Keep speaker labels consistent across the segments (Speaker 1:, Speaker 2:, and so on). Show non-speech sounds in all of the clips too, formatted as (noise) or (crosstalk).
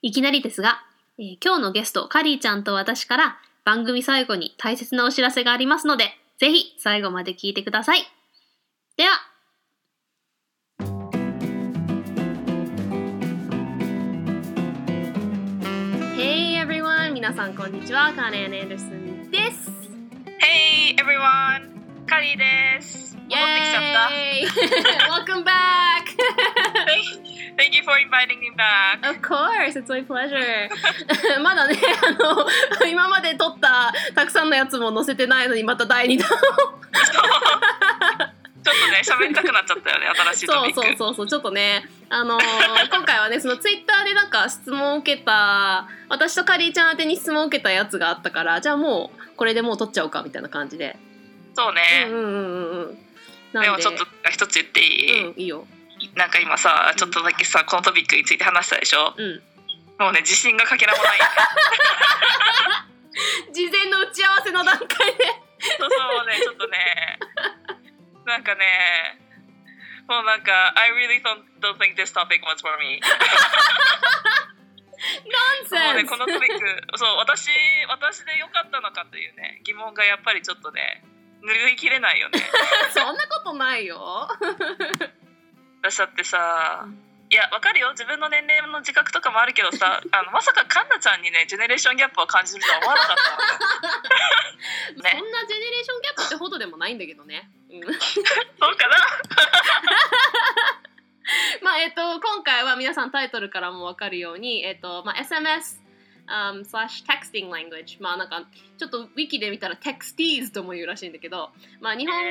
Speaker 1: いきなりですが、えー今日のゲスト、カリーちゃんと私から番組最後に大切なお知らせがありますので、ぜひ最後まで聞いてください。では、Hey everyone! 皆さんこんにちは。カレン・エンデルスンです。
Speaker 2: Hey everyone! カリーです戻ってきちゃっ
Speaker 1: イェーイ (laughs) Welcome back!
Speaker 2: た Thank- Thank you for inviting me back!
Speaker 1: Of course, it's my pleasure. (laughs) まだね、あの、今まで撮ったたくさんのやつも載せてないのに、また第2弾。
Speaker 2: ちょ
Speaker 1: (laughs)
Speaker 2: っとね、喋りたくなっちゃったよね、新しいト
Speaker 1: そ
Speaker 2: ピ
Speaker 1: う
Speaker 2: ック
Speaker 1: そうそうそう、ちょっとね、あのー今回はね、そのツイッターでなんか質問を受けた、私とカリーちゃん宛てに質問を受けたやつがあったから、じゃあもう、これでもう撮っちゃおうか、みたいな感じで。
Speaker 2: そ
Speaker 1: う
Speaker 2: うね
Speaker 1: ん、うんうんうん。なん
Speaker 2: でもちょっと一つ言っていい、
Speaker 1: うん、いいよ。
Speaker 2: なんか今さ、ちょっとだけさ、このトピックについて話したでしょ
Speaker 1: うん。
Speaker 2: もうね、自信がかけら
Speaker 1: (laughs)
Speaker 2: もない、ね、
Speaker 1: 事前の打ち合わせの段階で。
Speaker 2: そうそうね、ちょっとねなんかねもうなんか、I really don't, don't think this topic was for me もうね、このトピック、そう、私、私で良かったのかというね、疑問がやっぱりちょっとね、拭いきれないよね。
Speaker 1: そんなことないよ。
Speaker 2: 私だってさ
Speaker 1: うん、
Speaker 2: いや、わかるよ、自分の年齢の自覚とかもあるけど (laughs) さ、あのまさかカンナちゃんにね、ジェネレーションギャップを感じるとは思わなかった。
Speaker 1: そ
Speaker 2: ね、
Speaker 1: んなジェネレーションギャップってほどでもないんだけどね。うん
Speaker 2: そうかな。
Speaker 1: (laughs) まあえっと今回は皆さんタイトルからもわかるように、えっとまあ、SMS、um, slash texting language まあなんかちょっとウィキで見たら textees とも言うらしいんだけど、まあ、日本語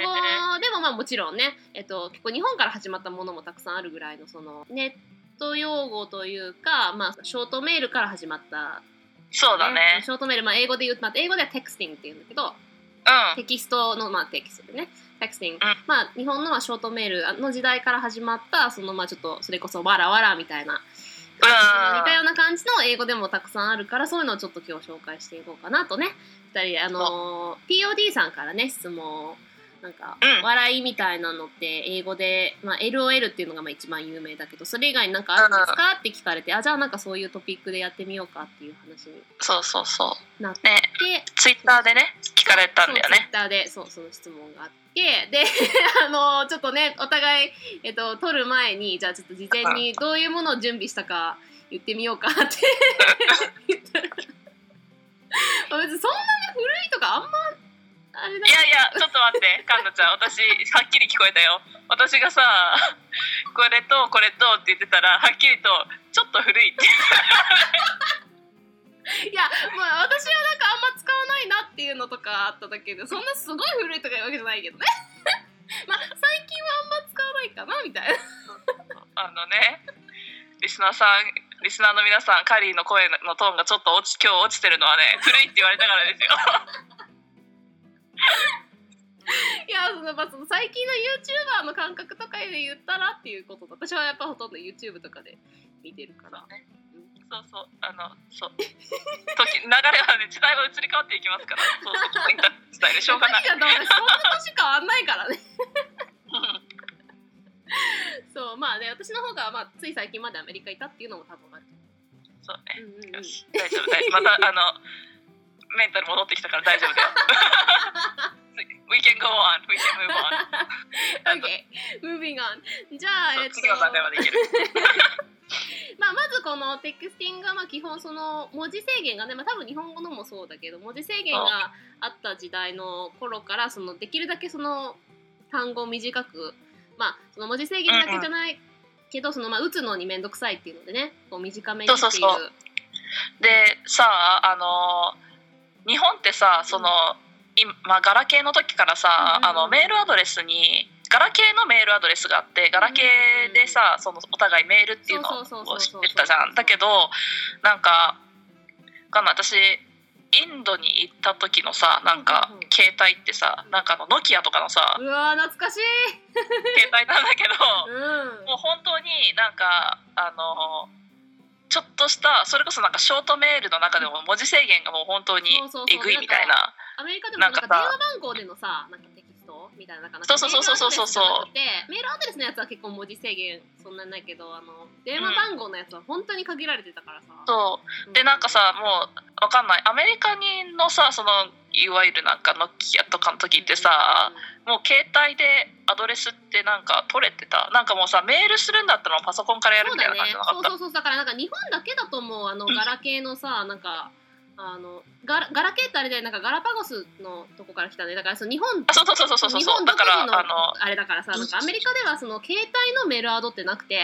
Speaker 1: でもまあもちろんね、えっと、結構日本から始まったものもたくさんあるぐらいのそのネット用語というか、まあ、ショートメールから始まった、
Speaker 2: そうだね。
Speaker 1: ショートメール、まあ、英語で言う、まあ、英語では texting って言うんだけど、
Speaker 2: うん。
Speaker 1: (laughs) テキストの、まあ、テキストでね、テクスティング
Speaker 2: うん、
Speaker 1: まあ、日本のまあショートメールの時代から始まった、その、まあ、ちょっと、それこそ、わらわらみたいな、その似たような感じの英語でもたくさんあるから、そういうのをちょっと今日紹介していこうかなとね、二人で、あのー、POD さんからね、質問を、なんか、
Speaker 2: うん
Speaker 1: 笑いみたいなのって、英語で、まあ、LOL っていうのがまあ一番有名だけど、それ以外になんかあるんですかって聞かれて、あ、じゃあなんかそういうトピックでやってみようかっていう話に
Speaker 2: そうそうそ
Speaker 1: なって
Speaker 2: う。、ね、ツイッターでね、聞かれたんだよ
Speaker 1: そうツイ
Speaker 2: ね。
Speaker 1: ッターでそうその質問があってで (laughs) あのちょっとねお互い、えっと、撮る前にじゃあちょっと事前にどういうものを準備したか言ってみよう
Speaker 2: (laughs)
Speaker 1: かって言ったらまあ別にそんなに古いとかあんまあれだ
Speaker 2: いやいや、ちょっと待って、カンナちゃん、私、はっきり聞こえたよ。私がさ、これとこれとって言ってたら、はっきりと、ちょっと古いって。
Speaker 1: いや、まあ、私はなんかあんま使わないなっていうのとかあっただけでそんなすごい古いとかいうわけじゃないけどね (laughs) まあ最近はあんま使わないかなみたいな
Speaker 2: あのね、リスナーさん、リスナーの皆さん、カリーの声のトーンがちょっと落ち、今日落ちてるのはね、古いって言われたからですよ。
Speaker 1: いやそのまあその最近の YouTuber の感覚とかで言ったらっていうことだ私はやっぱほとんど YouTube とかで見てるから
Speaker 2: そうそう、あの、そう。時、流れはね、時代は移り変わっていきますから。そうそう、インターネット時代でしょうがない。
Speaker 1: やっぱりだと思うそんな年変わんないからね (laughs)
Speaker 2: うん
Speaker 1: そうまあね私の方が、まあ、つい最近までアメリカいたっていうのも多分ある、
Speaker 2: そうね。
Speaker 1: うんう
Speaker 2: (laughs)
Speaker 1: んうん、
Speaker 2: よし、大丈夫、大丈夫。また、あの、メンタル戻ってきたから大丈夫だよ。We can go on, we can move on.
Speaker 1: OK moving on じゃあ、えっと
Speaker 2: 次の段階までいける。
Speaker 1: まあ、まずこのテクスティングはまあ基本その文字制限がね、まあ、多分日本語のもそうだけど文字制限があった時代の頃からそのできるだけその単語を短く、まあ、その文字制限だけじゃないけど、そのまあ打つのに面倒くさいっていうのでねこう短めにっていう
Speaker 2: そうそうそうでさああの日本ってさその、今まあ、ガラケーの時からさ、
Speaker 1: うん
Speaker 2: あのメールアドレスにガラケーのメールアドレスがあってガラケーでさ、そのお互いメールっていうの
Speaker 1: そうそうそうそう
Speaker 2: を知ってたじゃんだけどなんかわかんない私インドに行った時のさなんか
Speaker 1: うんうん
Speaker 2: 携帯ってさなんかあのノキアとかのさ
Speaker 1: (laughs) うわー懐かしい、
Speaker 2: 携帯なんだけど
Speaker 1: うん、
Speaker 2: もう本当になんかあのちょっとしたそれこそなんかショートメールの中でも文字制限がもう本当に
Speaker 1: そうそうそう
Speaker 2: えぐいみたいな
Speaker 1: アメリカでもなんか
Speaker 2: なん
Speaker 1: 電
Speaker 2: かさ
Speaker 1: 話番号でのさなんかテキストみたいななんか
Speaker 2: そうそうそうそうそうそう
Speaker 1: メールアドレスのやつは結構文字制限そんなにないけどあの電話番号のやつは本当に限られてたからさ、
Speaker 2: そう
Speaker 1: う
Speaker 2: でなんかさもうわかんないアメリカ人のさそのいわゆるなんかノキアとかの時ってさ、もう携帯でアドレスってなんか取れてたなんかもうさメールするんだったらパソコンからやる
Speaker 1: そう
Speaker 2: みたい
Speaker 1: だ
Speaker 2: な
Speaker 1: ね
Speaker 2: 感じじゃなか
Speaker 1: そうそうそ
Speaker 2: った
Speaker 1: うだからなんか日本だけだと思うあの
Speaker 2: うん
Speaker 1: ガラケーのさなんかあのガラガラケーってあれだよなんかガラパゴスのとこから来たねだからその日本
Speaker 2: あそうそうそうそうそう
Speaker 1: 日
Speaker 2: そ
Speaker 1: 本
Speaker 2: うだ
Speaker 1: 独
Speaker 2: か
Speaker 1: 自
Speaker 2: ら
Speaker 1: の
Speaker 2: あの
Speaker 1: あれだからさなんかアメリカではその携帯のメールアドってなくて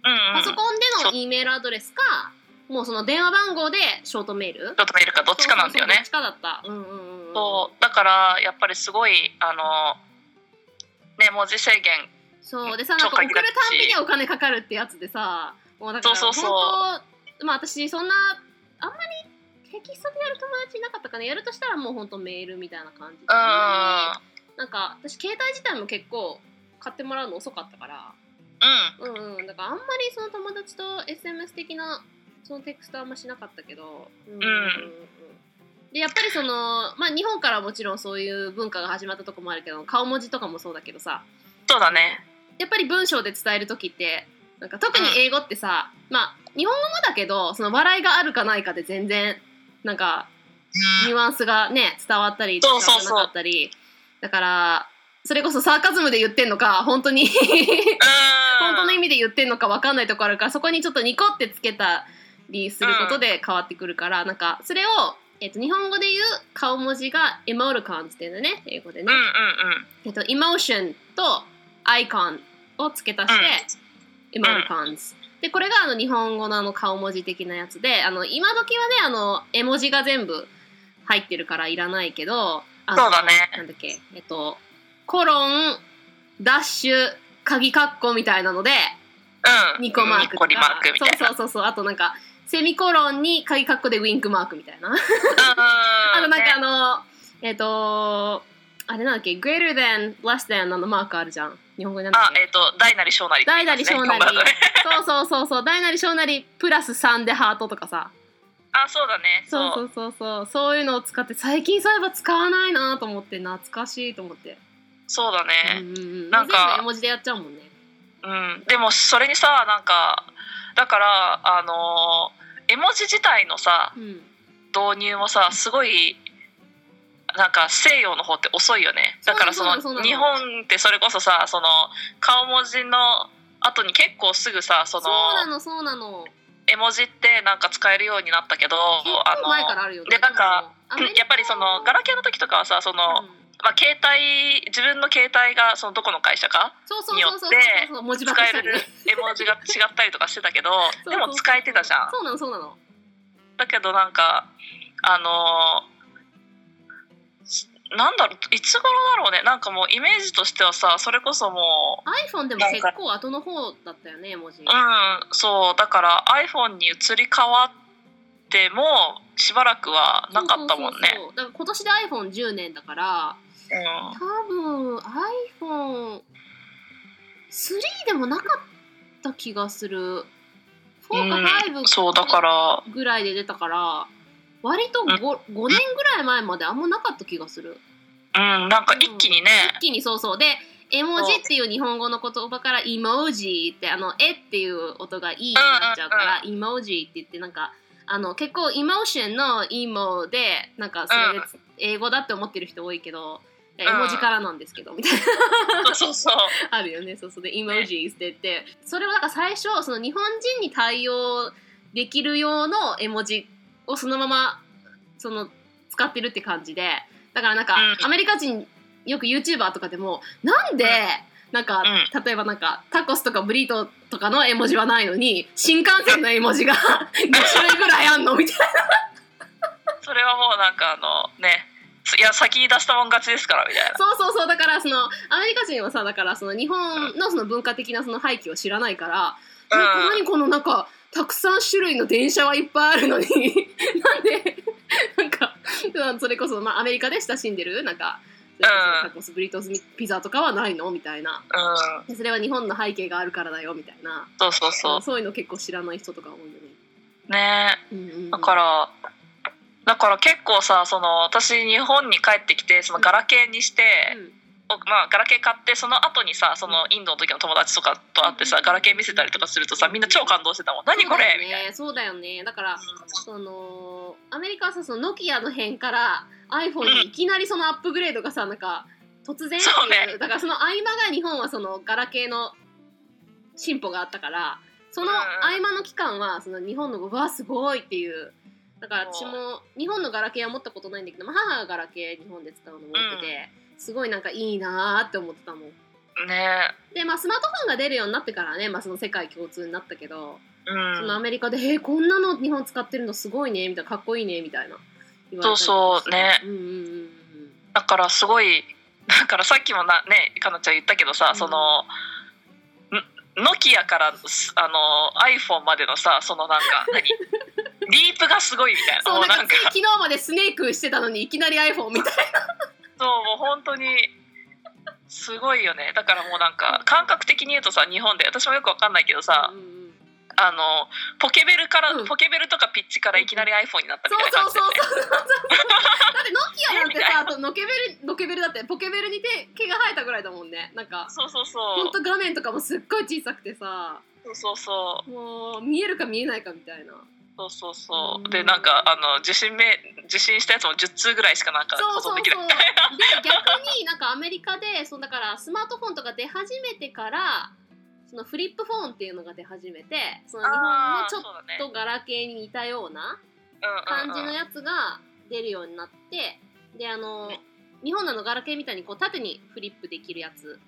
Speaker 2: うんう
Speaker 1: パ
Speaker 2: ん
Speaker 1: ソ
Speaker 2: ち
Speaker 1: コ
Speaker 2: ょ
Speaker 1: ンでの E メールアドレスかもうその電話番号でショートメール
Speaker 2: っと見るかどっちかなんだよね
Speaker 1: そうそうそうどっちかだったうんうんうんうん
Speaker 2: そうだからやっぱりすごいあのね文字制限
Speaker 1: そうでさなんか送るたんびにお金かかるってやつでさもうだから
Speaker 2: そうそうそう
Speaker 1: 本当まあ私そんなあんまりテキストでやる友達いなかったかなやるとしたらもう本当メールみたいな感じで
Speaker 2: うん
Speaker 1: なんか私携帯自体も結構買ってもらうの遅かったから
Speaker 2: うん
Speaker 1: うんうんだからあんまりその友達と SMS 的なそのテクストはあんましなかったけどうんうんうんでやっぱりその、まあ、日本からもちろんそういう文化が始まったとこもあるけど顔文字とかもそうだけどさ
Speaker 2: そうだね
Speaker 1: やっぱり文章で伝える時ってなんか特に英語ってさ、まあ日本語もだけどその笑いがあるかないかで全然なんかニュアンスがね伝わったり伝
Speaker 2: そ
Speaker 1: わ
Speaker 2: うそうそう
Speaker 1: らなかったりだからそれこそサーカズムで言ってんのか本当に
Speaker 2: うん
Speaker 1: 本当の意味で言ってんのか分かんないところあるからそこにちょっとニコってつけたりすることで変わってくるから、なんかそれを、えっと日本語で言う顔文字がエモルカンって言うんだよね英語でね。
Speaker 2: うんうんうん
Speaker 1: えっと、エモーションとアイコンを付け足して、エモルコンズ。で、これがあの日本語のあの顔文字的なやつで、あの今時はね、あの絵文字が全部入ってるからいらないけど、あの
Speaker 2: そうだね
Speaker 1: なんだっけ、えっと、コロン、ダッシュ、鍵括弧みたいなので、
Speaker 2: うん
Speaker 1: 2個マーク
Speaker 2: ニ
Speaker 1: と
Speaker 2: コ
Speaker 1: か
Speaker 2: リマークみたいな
Speaker 1: そうそうそうそう、あとなんか、セミコロンに鍵括弧でウィンクマークみたいな。
Speaker 2: あ
Speaker 1: あとなんかあの、えっ、と、あれなんだっけ、greater than, less than のマークあるじゃん。日本語になんだっ
Speaker 2: あ
Speaker 1: け。
Speaker 2: えっ、と大なり小なり
Speaker 1: 大なり小なり
Speaker 2: 日本語だとね。
Speaker 1: そうそうそうそう。大なり小なりプラス3でハートとかさ。
Speaker 2: あそうだねそ
Speaker 1: そううそうそうそう。そういうのを使って、最近そういえば使わないなと思って、懐かしいと思って。
Speaker 2: そうだ
Speaker 1: う
Speaker 2: ね
Speaker 1: んうんうん、
Speaker 2: なんか
Speaker 1: 全部絵文字でやっちゃうもんね。
Speaker 2: うん、でもそれにさなんかだからあのー絵文字自体のさ
Speaker 1: うん。
Speaker 2: 導入もさすごいなんか西洋の方って遅いよねだからそ
Speaker 1: そうなのそうな
Speaker 2: の
Speaker 1: の
Speaker 2: 日本ってそれこそさその顔文字の後に結構すぐさそ
Speaker 1: そう
Speaker 2: の
Speaker 1: なの、そうなの。
Speaker 2: 絵文字ってなんか使えるようになったけど
Speaker 1: 結構前からあるよね。
Speaker 2: でなんか
Speaker 1: ア
Speaker 2: あ
Speaker 1: メ
Speaker 2: の
Speaker 1: リカ
Speaker 2: やっぱりそのガラケーの時とかはさその、
Speaker 1: うん
Speaker 2: まあ、携帯自分の携帯がそのどこの会社
Speaker 1: (laughs)
Speaker 2: か
Speaker 1: そうそう
Speaker 2: によ
Speaker 1: そう
Speaker 2: っ
Speaker 1: そう
Speaker 2: て
Speaker 1: そうそう文字
Speaker 2: 使
Speaker 1: ばっかり
Speaker 2: える絵文字が違ったりとかしてたけど
Speaker 1: そう
Speaker 2: で
Speaker 1: そう
Speaker 2: も使えてたじゃん
Speaker 1: そうなのそうなの
Speaker 2: だけどなんかあのーなんだろういつ頃だろうねなんかもうイメージとしてはさそれこそも
Speaker 1: iPhone でも結構後の方だったよね絵文字、
Speaker 2: ううんそうだから iPhone に移り変わってもしばらくはなかったもん
Speaker 1: そう
Speaker 2: ね
Speaker 1: そうそうだから今年で iPhone10 年だから
Speaker 2: うん
Speaker 1: 多分 iPhone3 でもなかった気がする4か
Speaker 2: うんそうだから
Speaker 1: 5ぐらいで出たから割と 5, 5年ぐらい前まであんまなかった気がする
Speaker 2: うんなんか一気にね
Speaker 1: 一気にそうそうで絵文字っていう日本語の言葉から「イモジ」ってあの「え」っていう音が「い」になっちゃうから「イモジ」って言ってなんかあの結構イモーションの「イモ」でなんかそれで英語だって思ってる人多いけど絵文字からなんですけどみたいな
Speaker 2: (laughs) そうそうそう
Speaker 1: (laughs) あるよねそうそうで「イモジ」って言ってそれをなんか最初その日本人に対応できる用の絵文字をそのままその使ってるって感じでだからなんか、
Speaker 2: うん
Speaker 1: アメリカ人よく YouTuber とかでもなんで、
Speaker 2: うん
Speaker 1: なんか、
Speaker 2: う
Speaker 1: 例えばなんかタコスとかブリトーとかの絵文字はないのに新幹線の絵文字が (laughs) 5種類ぐらいあんのみたい
Speaker 2: それはもうなんかあのねいや先に出したもん勝ちですからみたいな
Speaker 1: なそうそうそうだからそのアメリカ人はさだからその日本のその文化的なその背景を知らないから、なんか
Speaker 2: うん
Speaker 1: 何このなんかたくさん種類の電車はいっぱいあるのに (laughs) なんでなんか (laughs) それこそ、まあ、アメリカで親しんでるなんかそれこそ
Speaker 2: うん
Speaker 1: タコスブリトーズピザとかはないのみたいな
Speaker 2: うん
Speaker 1: でそれは日本の背景があるからだよみたいな
Speaker 2: そうそうそう
Speaker 1: そういうの結構知らない人とか多いよね。
Speaker 2: ね
Speaker 1: うんうんうん、
Speaker 2: だから、だから結構さその私日本に帰ってきてそのガラケーにして、
Speaker 1: うん
Speaker 2: おまあ、ガラケー買ってその後にさそのインドの時の友達とかと会ってさガラケー見せたりとかするとさみんな超感動してたもん何これみたいな。
Speaker 1: そうだよねそうだよねだからそのアメリカはさそのノキアの辺から iPhone にいきなりそのアップグレードがさなんか突然ってい
Speaker 2: そうね
Speaker 1: だからその合間が日本はそのガラケーの進歩があったからその
Speaker 2: うん
Speaker 1: 合間の期間はその日本のうわすごいっていうだから私も日本のガラケーは持ったことないんだけど、まあ、母がガラケー日本で使うの持ってて、すごいなんかいいなーって思ってたもん
Speaker 2: ね
Speaker 1: でまあスマートフォンが出るようになってからね、まあ、その世界共通になったけど、
Speaker 2: う
Speaker 1: そのア
Speaker 2: ん、
Speaker 1: メリカで「えーこんなの日本使ってるのすごいね」みたいな「かっこいいね」みたいな言われたり
Speaker 2: そうそうね
Speaker 1: うんうんうんうん
Speaker 2: だからすごいだからさっきもなねかなちゃん言ったけどさ、
Speaker 1: うん
Speaker 2: そのんノキアからすあの iPhone までのさそのなんか
Speaker 1: (laughs)
Speaker 2: 何リープがすごいみたいな
Speaker 1: そう
Speaker 2: もう
Speaker 1: な
Speaker 2: なんん
Speaker 1: か
Speaker 2: か
Speaker 1: つい昨日までスネークしてたのにいきなり iPhone みたい
Speaker 2: そうもう本当にすごいよねだからもうなんか感覚的に言うとさ日本で私もよくわかんないけど
Speaker 1: な、
Speaker 2: さ、
Speaker 1: うんうん
Speaker 2: あのポケベルから、
Speaker 1: うん
Speaker 2: ポケベルとかピッチからいきなり iPhone になった
Speaker 1: そ
Speaker 2: み
Speaker 1: う
Speaker 2: たいな
Speaker 1: そ
Speaker 2: 感
Speaker 1: う
Speaker 2: じで、
Speaker 1: そう
Speaker 2: ね
Speaker 1: そうそうだってノキアなんて
Speaker 2: えみた
Speaker 1: さあ
Speaker 2: (laughs)
Speaker 1: とノケベルノケベルだってポケベルに手毛が生えたぐらいだもんねなんか
Speaker 2: そうそうそ
Speaker 1: ほん
Speaker 2: う
Speaker 1: と画面とかもすっごい小さくてさ
Speaker 2: そうそうそう
Speaker 1: もう見えるか見えないかみたいな
Speaker 2: そうそうそううんでなんかあの受信め受信したやつも10通ぐらいしかなんか
Speaker 1: そう
Speaker 2: 保
Speaker 1: そうそう
Speaker 2: 存
Speaker 1: で
Speaker 2: できないみたい
Speaker 1: 逆になんかアメリカでそうだからスマートフォンとか出始めてからそのフリップフォンっていうのが出始めてその日本
Speaker 2: な
Speaker 1: のちょっ
Speaker 2: そうだね
Speaker 1: とガラケーに似たような
Speaker 2: うん
Speaker 1: 感じ
Speaker 2: うんう
Speaker 1: の
Speaker 2: ん
Speaker 1: やつが出るようになってであの日本のあのガラケーみたいにこう縦にフリップできるやつ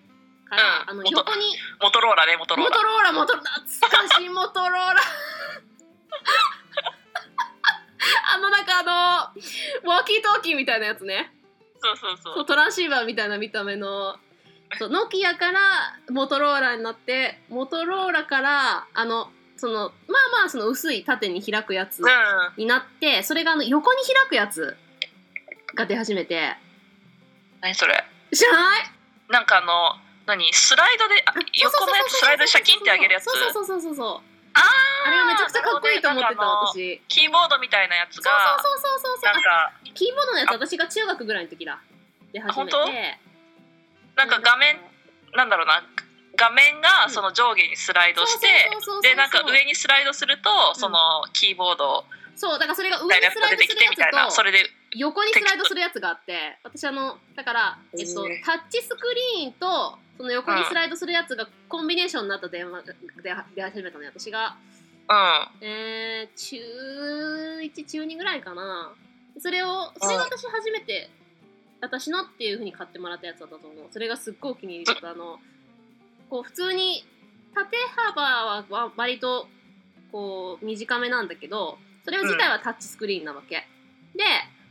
Speaker 1: から、
Speaker 2: うん
Speaker 1: あの
Speaker 2: 元
Speaker 1: 横に
Speaker 2: モトローラねモトロ
Speaker 1: モ
Speaker 2: ーラ
Speaker 1: トローラモトローラ懐かしいモトローラ
Speaker 2: (laughs)
Speaker 1: あのなんかあのワーキートーキーみたいなやつね
Speaker 2: そうそうそ
Speaker 1: (laughs) そううトランシーバーみたいな見た目のそうノキアからモトローラになってモトローラからあのそのまあまあその薄い縦に開くやつ
Speaker 2: うんあ
Speaker 1: になってそれがあの横に開くやつが出始めて
Speaker 2: 何それ
Speaker 1: 知らない
Speaker 2: なんかあの何スライドであ横のやつスライドでシャキンって上げるやつ
Speaker 1: そうそうそうそうそう
Speaker 2: あ
Speaker 1: あれがめちゃくちゃかっこいいと思ってた
Speaker 2: なるほどねなんかあの
Speaker 1: 私
Speaker 2: ーキーボードみたいなやつ
Speaker 1: そ
Speaker 2: が
Speaker 1: うそうそうそうそう
Speaker 2: なんか
Speaker 1: あキーボードのやつ私が中学ぐらいの時だで始めて
Speaker 2: あ本なんか画面なんだろうな画面
Speaker 1: う
Speaker 2: が
Speaker 1: ん
Speaker 2: その上下にスライドし
Speaker 1: そ
Speaker 2: て
Speaker 1: うそうそうそうそう
Speaker 2: でなんか上にスライドするとそのキーボード
Speaker 1: そうだからそれが上
Speaker 2: み
Speaker 1: に
Speaker 2: たいなやつ
Speaker 1: ス
Speaker 2: が
Speaker 1: ラ
Speaker 2: 出
Speaker 1: イドす
Speaker 2: てき
Speaker 1: る
Speaker 2: てみたい
Speaker 1: や
Speaker 2: な
Speaker 1: つ
Speaker 2: そ
Speaker 1: と
Speaker 2: れで
Speaker 1: 横にスライドするやつがあって私あのだから、えっと
Speaker 2: えー
Speaker 1: タッチスクリーンとその横にスライドするやつがコンビネーションになった電話で出始めたね私が
Speaker 2: うん
Speaker 1: えー、中1中2ぐらいかなそれをそれが私初めて私のっていうふうに買ってもらったやつだったと思うそれがすっごいお気に入りだったあのこう普通に縦幅はわ割とこう短めなんだけどそれ自体はタッチスクリーンなわけ、で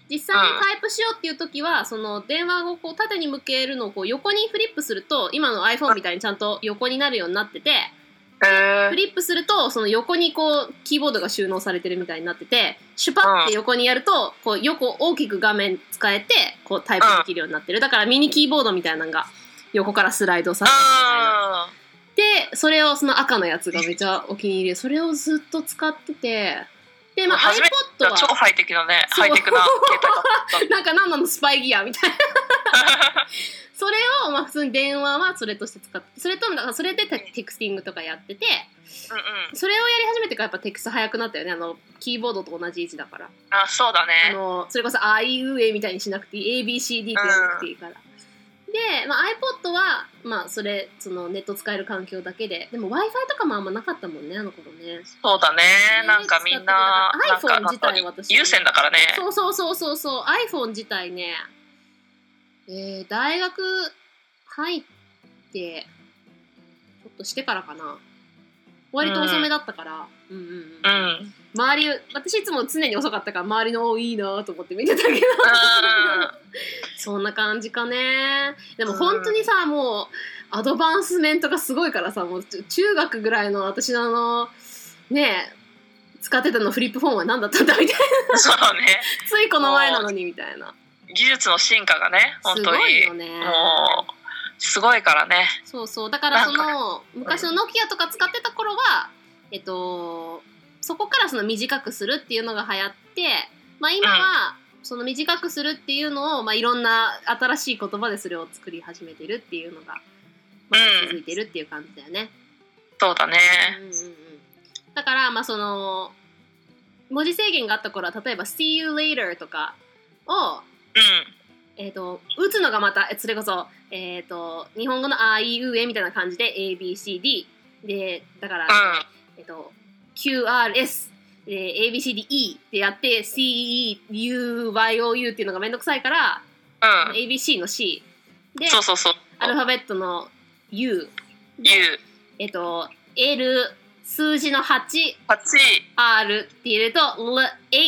Speaker 1: 実際にタイプしようっていう時はその電話をこう縦に向けるのをこう横にフリップすると今の iPhone みたいにちゃんと横になるようになってて
Speaker 2: へ
Speaker 1: (laughs) フ
Speaker 2: ー
Speaker 1: リップするとその横にこうキーボードが収納されてるみたいになっててシュパって横にやるとこう横大きく画面使えてこうタイプできるようになってるだからミニキーボードみたいなのが横からスライドされてるみたいな
Speaker 2: あ
Speaker 1: でそれをその赤のやつがめちゃお気に入りでそれをずっと使っててでまあ
Speaker 2: 初め
Speaker 1: iPod
Speaker 2: 超
Speaker 1: は
Speaker 2: ハイテクのね
Speaker 1: そう
Speaker 2: ハイテクな
Speaker 1: (laughs)
Speaker 2: 携帯
Speaker 1: なんか何なのスパイギアみたい
Speaker 2: (laughs)
Speaker 1: な
Speaker 2: だった
Speaker 1: それをまあ普通に電話はそれとして使ってそれともだからそれでテテクスティングとかやってて
Speaker 2: うんうん
Speaker 1: それをやり始めてからやっぱテクスト早くなったよねあのキーボードと同じ位置だから
Speaker 2: あそうだ
Speaker 1: あ
Speaker 2: ね
Speaker 1: のそれこそ「あいうえ」みたいにしなくていい ABCD ってやらなくていいから、で、まあ、iPod は、まあ、それそのネット使える環境だけででも w i f i とかもあんまなかったもんねあの頃ね
Speaker 2: そうだねなんかみんななん
Speaker 1: iPhone
Speaker 2: か
Speaker 1: 自体は私
Speaker 2: 優先だからね
Speaker 1: そうそうそうそうそう iPhone 自体ねえー、大学入ってちょっとしてからかな割と遅めだったから、うん、うんうんうん
Speaker 2: うんうん
Speaker 1: 周り私いつも常に遅かったから周りの「おいいな」と思って見てた
Speaker 2: (laughs)
Speaker 1: けどそんな感じかねでも本当にさ、もうアドバンスメントがすごいからさもうちゅ中学ぐらいの私のあのねえ使ってたのフリップフォンは何だったんだみたいな
Speaker 2: そうね
Speaker 1: ついこの前なのにみたいな
Speaker 2: 技術の進化がね本
Speaker 1: す
Speaker 2: 当
Speaker 1: ごい
Speaker 2: に
Speaker 1: よね
Speaker 2: もうすごいからね
Speaker 1: そうそうだからそ
Speaker 2: なん
Speaker 1: の昔のノキアとか使ってた頃はえっとそこからその短くするっていうのが流行ってまあ今は、その短くするっていうのを、まあ、いろんな新しい言葉でそれを作り始めてるっていうのが、まあ
Speaker 2: うん
Speaker 1: 続いてるっていう感じだよね。
Speaker 2: そうだね
Speaker 1: うんうんうんだから、まあ、その文字制限があった頃は例えば「See you later」とかを、
Speaker 2: うん
Speaker 1: えー、と打つのがまたえそれこそ、えー、と日本語の「あいうえ」みたいな感じで ABCD でだから、えっと、QRS、えー ABCDE でやって CEUYOU っていうのがめんどくさいから、
Speaker 2: うんうん
Speaker 1: ABC の C で
Speaker 2: そうそうそう
Speaker 1: アルファベットの U で
Speaker 2: U8
Speaker 1: えっと L 数字の 8R って入れると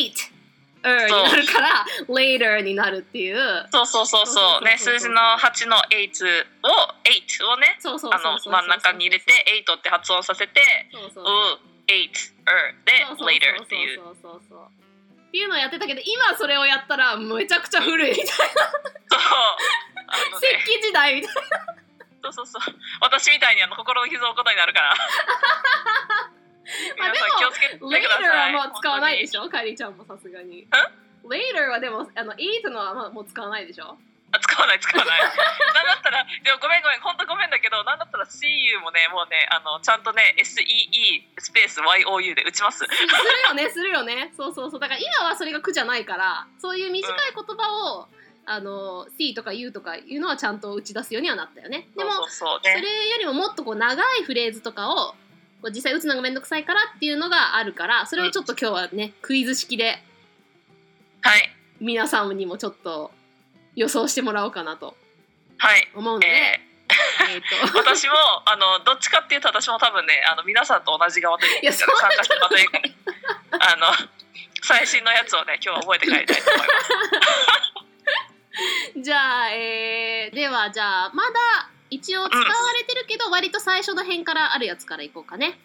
Speaker 1: L8R になるから Later になるっていう
Speaker 2: そうそうそうそうね
Speaker 1: そうそうそうそう
Speaker 2: 数字の8の8を8をね
Speaker 1: そうそう
Speaker 2: あ
Speaker 1: そう
Speaker 2: の
Speaker 1: そう
Speaker 2: 真ん中に入れて8って発音させて
Speaker 1: そうそううんそう
Speaker 2: 8 er で (laughs) later っていう
Speaker 1: そうそうそうそうっていうのをやってたけど今それをやったらめちゃくちゃ古いみたいな
Speaker 2: そうあ
Speaker 1: (laughs)
Speaker 2: の
Speaker 1: 石
Speaker 2: ね
Speaker 1: 器時代みたいな
Speaker 2: そうそうそう私みたいにあの心の傷を負うことにな
Speaker 1: (laughs)
Speaker 2: るから
Speaker 1: まあ
Speaker 2: 皆さん気をつけてくださ
Speaker 1: Later はいもう使わないで
Speaker 2: 本
Speaker 1: しょカリーちゃんもさすがに Later はでもあの Eat のはまあもう使わないでしょ
Speaker 2: 当にあ使わない使わ
Speaker 1: (laughs)
Speaker 2: ないなんだったらでもごめんごめん本当ごめんだけどなんだったら CU もねもうねあのちゃんとね SEE スペース YOU で打ちます
Speaker 1: するよ
Speaker 2: (laughs)
Speaker 1: ねするよねそうそうそうだから今はそれが苦じゃないからそういう短い言葉を、あの C とか U とかいうのはちゃんと打ち出すようにはなったよねでも
Speaker 2: そうそうそう
Speaker 1: それよ
Speaker 2: ね
Speaker 1: りももっとこう長いフレーズとかをこう実際打つのがめんどくさいからっていうのがあるからそれをちょっと今日はねクイズ式で
Speaker 2: はい
Speaker 1: 皆さんにもちょっと予想してもらおうかなと
Speaker 2: はい
Speaker 1: 思うので、
Speaker 2: え
Speaker 1: えー、
Speaker 2: ー、
Speaker 1: と (laughs)
Speaker 2: 私もあのどっちかっていうと私も多分ねあの皆さんと同じ側というか
Speaker 1: いやそんな
Speaker 2: 参加して側
Speaker 1: (laughs)
Speaker 2: というかねあの最新のやつをね今日は覚えて帰りたいと思います
Speaker 1: じゃあ、えー、ではじゃあまだ一応使われてるけど、割と最初の辺からあるやつからいこうかね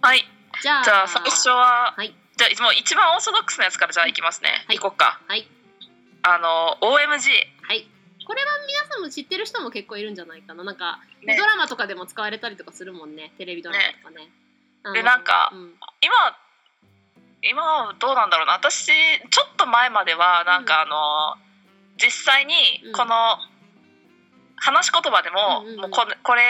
Speaker 2: はい
Speaker 1: じゃあ
Speaker 2: じゃあ最初は、
Speaker 1: はい
Speaker 2: じゃあもう一番オーソドックスなやつからじゃあいきますね、
Speaker 1: はい
Speaker 2: い、こっか
Speaker 1: はい
Speaker 2: あの OMG
Speaker 1: はいこれは皆さんも知ってる人も結構いるんじゃないかななんか、
Speaker 2: ね
Speaker 1: ドラマとかでも使われたりとかするもんねテレビドラマとかねあの
Speaker 2: でなんか
Speaker 1: うん
Speaker 2: 今今はどうなんだろうな私ちょっと前まではなんかあの、実際に
Speaker 1: うん
Speaker 2: この話し言葉でも,、
Speaker 1: うんうんうん
Speaker 2: もうここれ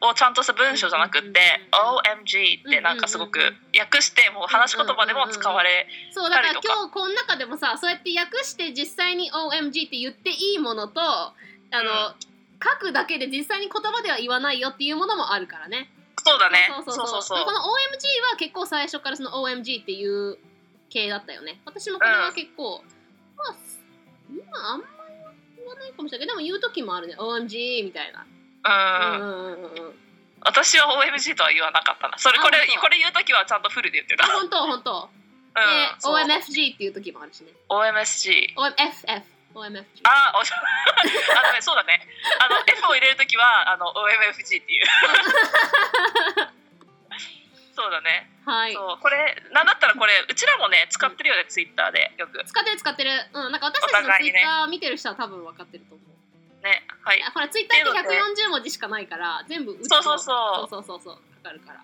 Speaker 2: をちゃんとした文章じゃなくっ
Speaker 1: う
Speaker 2: て
Speaker 1: んうん
Speaker 2: 「OMG」ってなんかすごく
Speaker 1: うんうん
Speaker 2: 訳してもう話し言葉でも使われ
Speaker 1: そうだから
Speaker 2: たりとか
Speaker 1: 今日この中でもさそうやって訳して実際に OMG って言っていいものとあの、
Speaker 2: う
Speaker 1: 書くだけで実際に言葉では言わないよっていうものもあるからね
Speaker 2: そうだね
Speaker 1: そうそうそうそうこの OMG は結構最初からその OMG っていう系だったよね私もこれは結構、まあ今あんまり言わないかもしれないけどでも言う時もあるね OMG みたいな、
Speaker 2: う
Speaker 1: うん
Speaker 2: ん
Speaker 1: うんうんうん
Speaker 2: 私は OMG とは言わなかったなそれこれ
Speaker 1: あ本当
Speaker 2: これ言う時はちゃんとフルで言ってた、
Speaker 1: 本当本当で
Speaker 2: うん、そう
Speaker 1: OMFG っていう時もあるしね
Speaker 2: OMSG
Speaker 1: OMFF OMFG
Speaker 2: あおし (laughs) あのねそうだねあの F を入れる時はあの OMFG っていう (laughs) そうだね、
Speaker 1: はい
Speaker 2: そうこれなんだったらこれうちらもね使ってるよねツイッターでよく
Speaker 1: 使ってる使ってるうんなんか私たちの
Speaker 2: お互
Speaker 1: ツ
Speaker 2: い
Speaker 1: イッ
Speaker 2: にね
Speaker 1: ター見てる人は多分分かってると思う
Speaker 2: ねはい
Speaker 1: あほらツイッターって
Speaker 2: っていうの
Speaker 1: 140文字しかないから全部打つと
Speaker 2: そうそうそ
Speaker 1: そ
Speaker 2: う
Speaker 1: うそうそうそうかかるから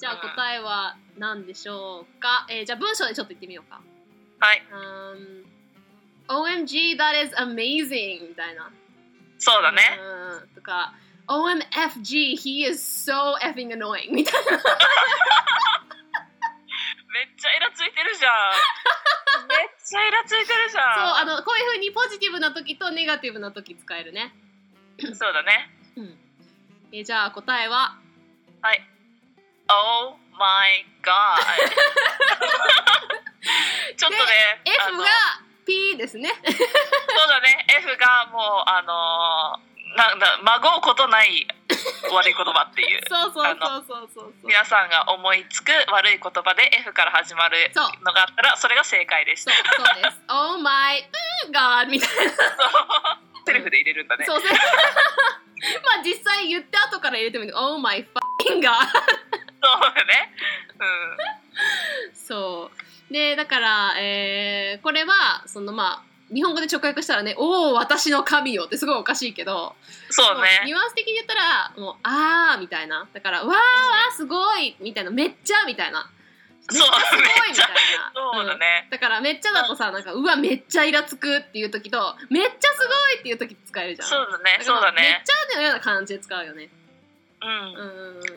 Speaker 1: じゃあ答えは何でしょうか、えーじゃあ文章でちょっと言ってみようか
Speaker 2: はいう
Speaker 1: ーん OMG that is amazing みたいな
Speaker 2: そうだね
Speaker 1: うーんとか OMFG he is so effing annoying みたいな
Speaker 2: めっちゃイラついてるじゃ
Speaker 1: (laughs)
Speaker 2: んめっちゃイラついてるじ
Speaker 1: そう
Speaker 2: ゃ
Speaker 1: あのこういう風にポジティブな時とネガティブな時使えるね、
Speaker 2: んそうだね
Speaker 1: うんえーじゃあ答えは
Speaker 2: はい Oh my
Speaker 1: (laughs)
Speaker 2: god ちょっとねあ
Speaker 1: F
Speaker 2: の
Speaker 1: が P ですね
Speaker 2: そうだね F がもうあのーなんだ孫うことない悪い言葉っ
Speaker 1: (laughs)
Speaker 2: ていう
Speaker 1: そうそうそうそうそうそう
Speaker 2: 皆さんが思いつく悪い言葉で F から始まる
Speaker 1: そう
Speaker 2: のがあったらそれが正解でし
Speaker 1: そ
Speaker 2: た
Speaker 1: うそうです。Oh my god! みたい
Speaker 2: セルフで入れるんだ
Speaker 1: な。
Speaker 2: ね
Speaker 1: そうそう。 (laughs) まあ実際言って後から入れてもいいけど Oh my fucking god! (laughs)
Speaker 2: そうだねうん
Speaker 1: そう。で、だから、えーこれは、そのまあ、日本語で直訳したらね、おお、私の神よってすごいおかしいけど、
Speaker 2: そう
Speaker 1: もうニ
Speaker 2: ね
Speaker 1: ュアンス的に言ったら、もう、あーみたいな。だから、わーわーすごいみたいな、めっちゃみたいな。
Speaker 2: そう
Speaker 1: め
Speaker 2: ね
Speaker 1: っちゃすごいみたいな。
Speaker 2: そうそうだね、
Speaker 1: だからめっちゃだとさなんかうわめっちゃイラつくっていう時とめっちゃすごいっていう時使えるじゃん
Speaker 2: そうだね
Speaker 1: から
Speaker 2: そうだ
Speaker 1: めっ
Speaker 2: ね
Speaker 1: ちゃのような感じで使うよね
Speaker 2: うん
Speaker 1: うんうんうん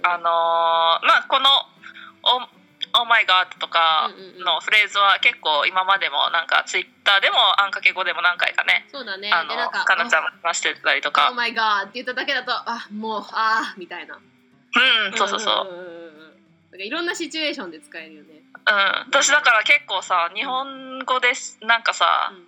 Speaker 2: あのーまあこの「オーマイガー」とか
Speaker 1: うんうんうん
Speaker 2: のフレーズは結構今までもなんかツイッターでもあんかけ語でも何回かね
Speaker 1: そうだね
Speaker 2: あ
Speaker 1: で
Speaker 2: の
Speaker 1: なんか
Speaker 2: かなちゃんも話してたりと
Speaker 1: 「オー
Speaker 2: か
Speaker 1: マイガー」って言っただけだとあもうあーみたいな
Speaker 2: うんそうそうそう
Speaker 1: うんうんうんうんなんかいろんなシチュエーションで使えるよね
Speaker 2: うん私だから結構さ日本語ですなんかさ
Speaker 1: うん